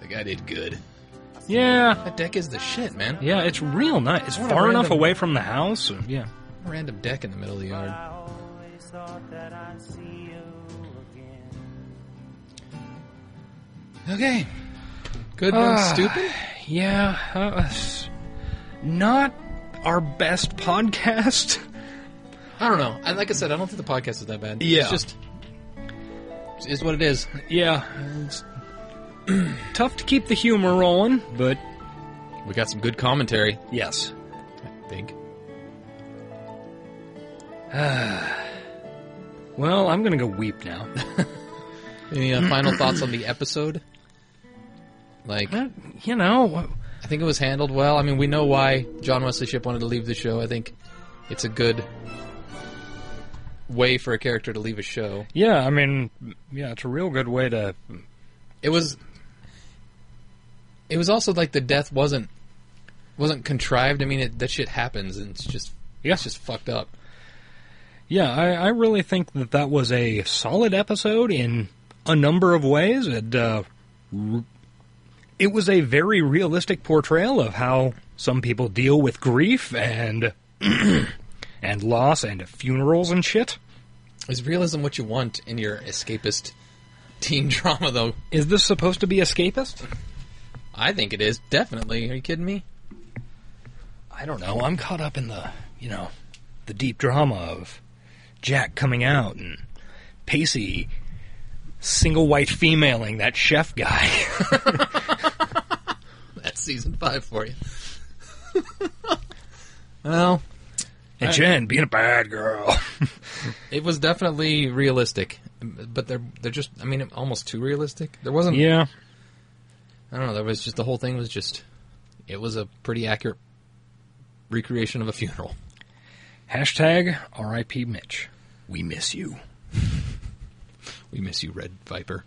Speaker 2: the guy did good.
Speaker 1: Yeah.
Speaker 2: That deck is the shit, man.
Speaker 1: Yeah, it's real nice. It's
Speaker 2: What a
Speaker 1: far enough
Speaker 2: random-
Speaker 1: away from the house. and- Yeah.
Speaker 2: Random deck in the middle of the yard. Okay. Good one,
Speaker 1: Ah,
Speaker 2: stupid.
Speaker 1: Yeah. uh, s- not our best podcast.
Speaker 2: I don't know. I, like I said, I don't think the podcast is that bad.
Speaker 1: Yeah.
Speaker 2: It's just it is what it is.
Speaker 1: Yeah. It's tough to keep the humor rolling, but
Speaker 2: We got some good commentary,
Speaker 1: yes.
Speaker 2: I think.
Speaker 1: well, I'm going to go weep now.
Speaker 2: Any uh, final thoughts on the episode? Like,
Speaker 1: Uh, you know,
Speaker 2: I think it was handled well. I mean, we know why John Wesley Ship wanted to leave the show. I think it's a good way for a character to leave a show.
Speaker 1: Yeah, I mean, yeah, it's a real good way to.
Speaker 2: It was. It was also like the death wasn't wasn't contrived. I mean, it, that shit happens, and it's just it's just fucked up.
Speaker 1: Yeah, I, I really think that that was a solid episode in a number of ways. It uh, r- it was a very realistic portrayal of how some people deal with grief and and loss and funerals and shit.
Speaker 2: Is realism what you want in your escapist teen drama, though?
Speaker 1: Is this supposed to be escapist?
Speaker 2: I think it is definitely. Are you kidding me?
Speaker 1: I don't know. I'm caught up in the, you know, the deep drama of Jack coming out and Pacey single white femaling that chef guy.
Speaker 2: That's season five for you. well,
Speaker 1: and
Speaker 2: I-
Speaker 1: Jen being a bad girl.
Speaker 2: it was definitely realistic, but they're they're just. I mean, almost too realistic. There wasn't.
Speaker 1: yeah.
Speaker 2: I don't know. There was just the whole thing was just. It was a pretty accurate recreation of a funeral.
Speaker 1: Hashtag RIP Mitch. We miss you.
Speaker 2: We miss you, Red Viper.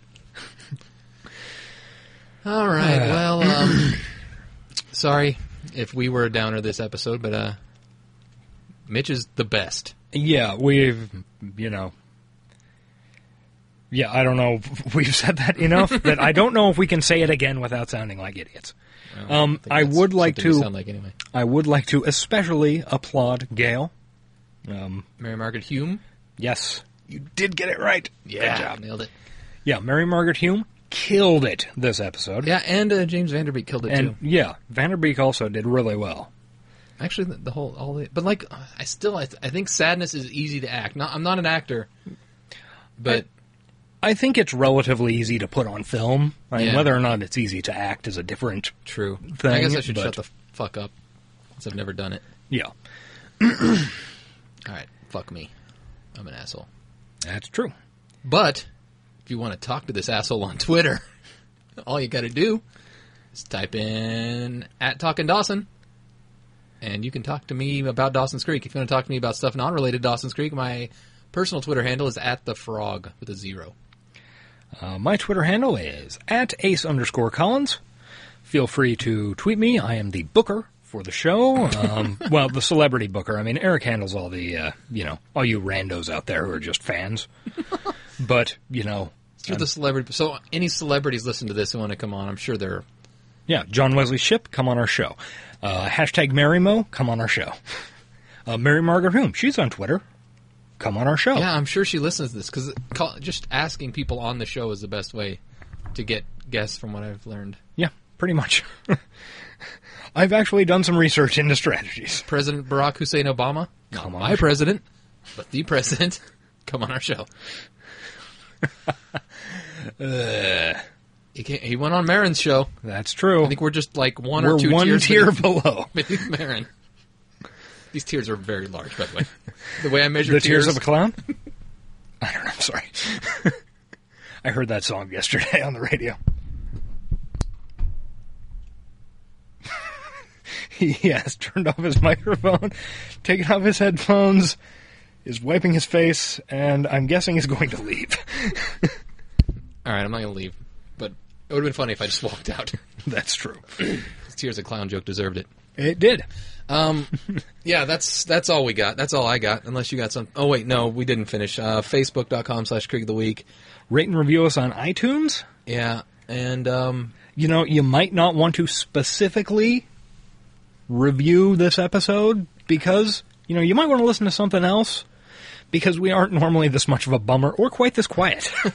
Speaker 2: All right.
Speaker 1: Uh.
Speaker 2: well, um, sorry if we were a downer this episode, but uh, Mitch is the best.
Speaker 1: Yeah, we've, you know. Yeah, I don't know. if We've said that enough that I don't know if we can say it again without sounding like idiots.
Speaker 2: Well, I
Speaker 1: Um,
Speaker 2: think
Speaker 1: I
Speaker 2: that's
Speaker 1: would like
Speaker 2: something we
Speaker 1: to.
Speaker 2: sound like anyway.
Speaker 1: I would like to especially applaud Gail. Um,
Speaker 2: Mary Margaret Hume.
Speaker 1: yes, you did get it right.
Speaker 2: Yeah,
Speaker 1: Good job.
Speaker 2: nailed it.
Speaker 1: Yeah, Mary Margaret Hume killed it this episode.
Speaker 2: Yeah, and uh, James Vanderbeek killed it
Speaker 1: and
Speaker 2: too.
Speaker 1: yeah, Vanderbeek also did really well.
Speaker 2: Actually, the, the whole all the but like I still I, I think sadness is easy to act. Not I'm not an actor, but
Speaker 1: I think it's relatively easy to put on film. I mean,
Speaker 2: Yeah.
Speaker 1: whether or not it's easy to act is a different
Speaker 2: true.
Speaker 1: thing.
Speaker 2: I guess I should
Speaker 1: but-
Speaker 2: shut the fuck up since I've never done it.
Speaker 1: yeah,
Speaker 2: All right, fuck me. I'm an asshole.
Speaker 1: that's true.
Speaker 2: But if you want to talk to this asshole on Twitter, all you got to do is type in at Talking Dawson, and you can talk to me about Dawson's Creek. If you want to talk to me about stuff not related to Dawson's Creek, my personal Twitter handle is at the frog with a zero.
Speaker 1: Uh, my Twitter handle is at ace underscore Collins. Feel free to tweet me. I am the booker for the show. Um, well, the celebrity booker. I mean, Eric handles all the, uh, you know, all you randos out there who are just fans. but, you know,
Speaker 2: You're the celebrity, so any celebrities listen to this who want to come on, I'm sure they're
Speaker 1: yeah, John Wesley Ship, come on our show. Uh, hashtag Marymo, come on our show. Uh, Mary Margaret Hume, she's on Twitter. Come on our show.
Speaker 2: Yeah, I'm sure she listens to this because just asking people on the show is the best way to get guests from what I've learned.
Speaker 1: Yeah, pretty much. I've actually done some research into strategies.
Speaker 2: President Barack Hussein Obama, not
Speaker 1: Come on
Speaker 2: my
Speaker 1: our show.
Speaker 2: president, but the president, come on our show. he, can't, he went on Marin's show.
Speaker 1: That's true.
Speaker 2: I think we're just like one
Speaker 1: We're
Speaker 2: or two
Speaker 1: one
Speaker 2: tiers
Speaker 1: tier
Speaker 2: beneath-
Speaker 1: below.
Speaker 2: beneath Marin. These tiers are very large, by the way. The way I measure
Speaker 1: the tears of a clown. I don't know. I'm sorry. I heard that song yesterday on the radio. he has turned off his microphone, taken off his headphones, is wiping his face, and I'm guessing is going to leave.
Speaker 2: All right, I'm not gonna leave, but it would have been funny if I just walked out.
Speaker 1: That's true.
Speaker 2: This tears of clown joke deserved it.
Speaker 1: It did.
Speaker 2: Um, yeah, that's that's all we got. That's all I got. Unless you got some. Oh wait, no, we didn't finish. Uh, Facebook.com/slash Creek of the Week.
Speaker 1: Rate and review us on iTunes.
Speaker 2: Yeah, and um,
Speaker 1: You know, you might not want to specifically review this episode because, you know, you might want to listen to something else because we aren't normally this much of a bummer or quite this quiet.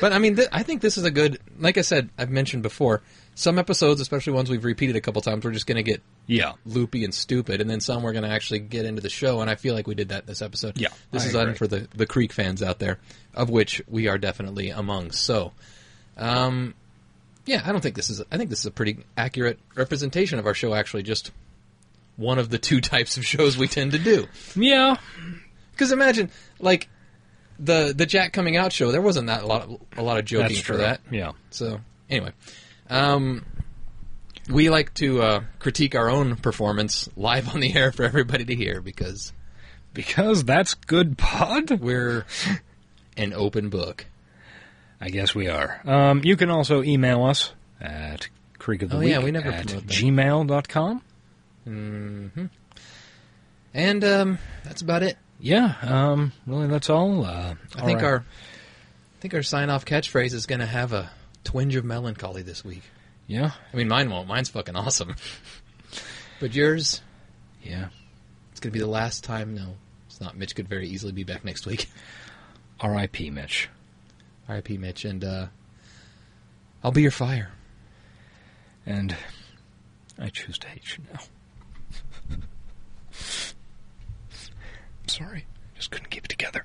Speaker 2: but I mean, th- I think this is a good. Like I said, I've mentioned before. Some episodes, especially ones we've repeated a couple times, we're just going to get
Speaker 1: Yeah.
Speaker 2: loopy and stupid, and then some we're going to actually get into the show. And I feel like we did that this episode.
Speaker 1: Yeah,
Speaker 2: this
Speaker 1: I
Speaker 2: is
Speaker 1: agree.
Speaker 2: on for the the Creek fans out there, of which we are definitely among. So, um, yeah, I don't think this is. I think this is a pretty accurate representation of our show. Actually, just one of the two types of shows we tend to do.
Speaker 1: yeah.
Speaker 2: Because imagine like the the Jack coming out show. There wasn't that a lot of, a lot of joking
Speaker 1: That's
Speaker 2: for
Speaker 1: true.
Speaker 2: that.
Speaker 1: Yeah.
Speaker 2: So anyway, um, we like to uh, critique our own performance live on the air for everybody to hear because
Speaker 1: because that's good pod.
Speaker 2: We're an open book.
Speaker 1: I guess we are. Um, you can also email us at creek of the
Speaker 2: Oh,
Speaker 1: week
Speaker 2: yeah, we never
Speaker 1: at
Speaker 2: promote that.
Speaker 1: gmail.com.
Speaker 2: hmm And um, that's about it.
Speaker 1: Yeah, um, really, that's all. Uh,
Speaker 2: I
Speaker 1: all
Speaker 2: think
Speaker 1: right.
Speaker 2: our I think our sign off catchphrase is going to have a twinge of melancholy this week.
Speaker 1: Yeah.
Speaker 2: I mean, mine won't. Mine's fucking awesome. but yours,
Speaker 1: yeah,
Speaker 2: it's going to be the last time. No, it's not. Mitch could very easily be back next week.
Speaker 1: R.I.P. Mitch.
Speaker 2: R.I.P. Mitch, and uh, I'll be your fire.
Speaker 1: And I choose to hate you now. I'm sorry. Just couldn't keep it together.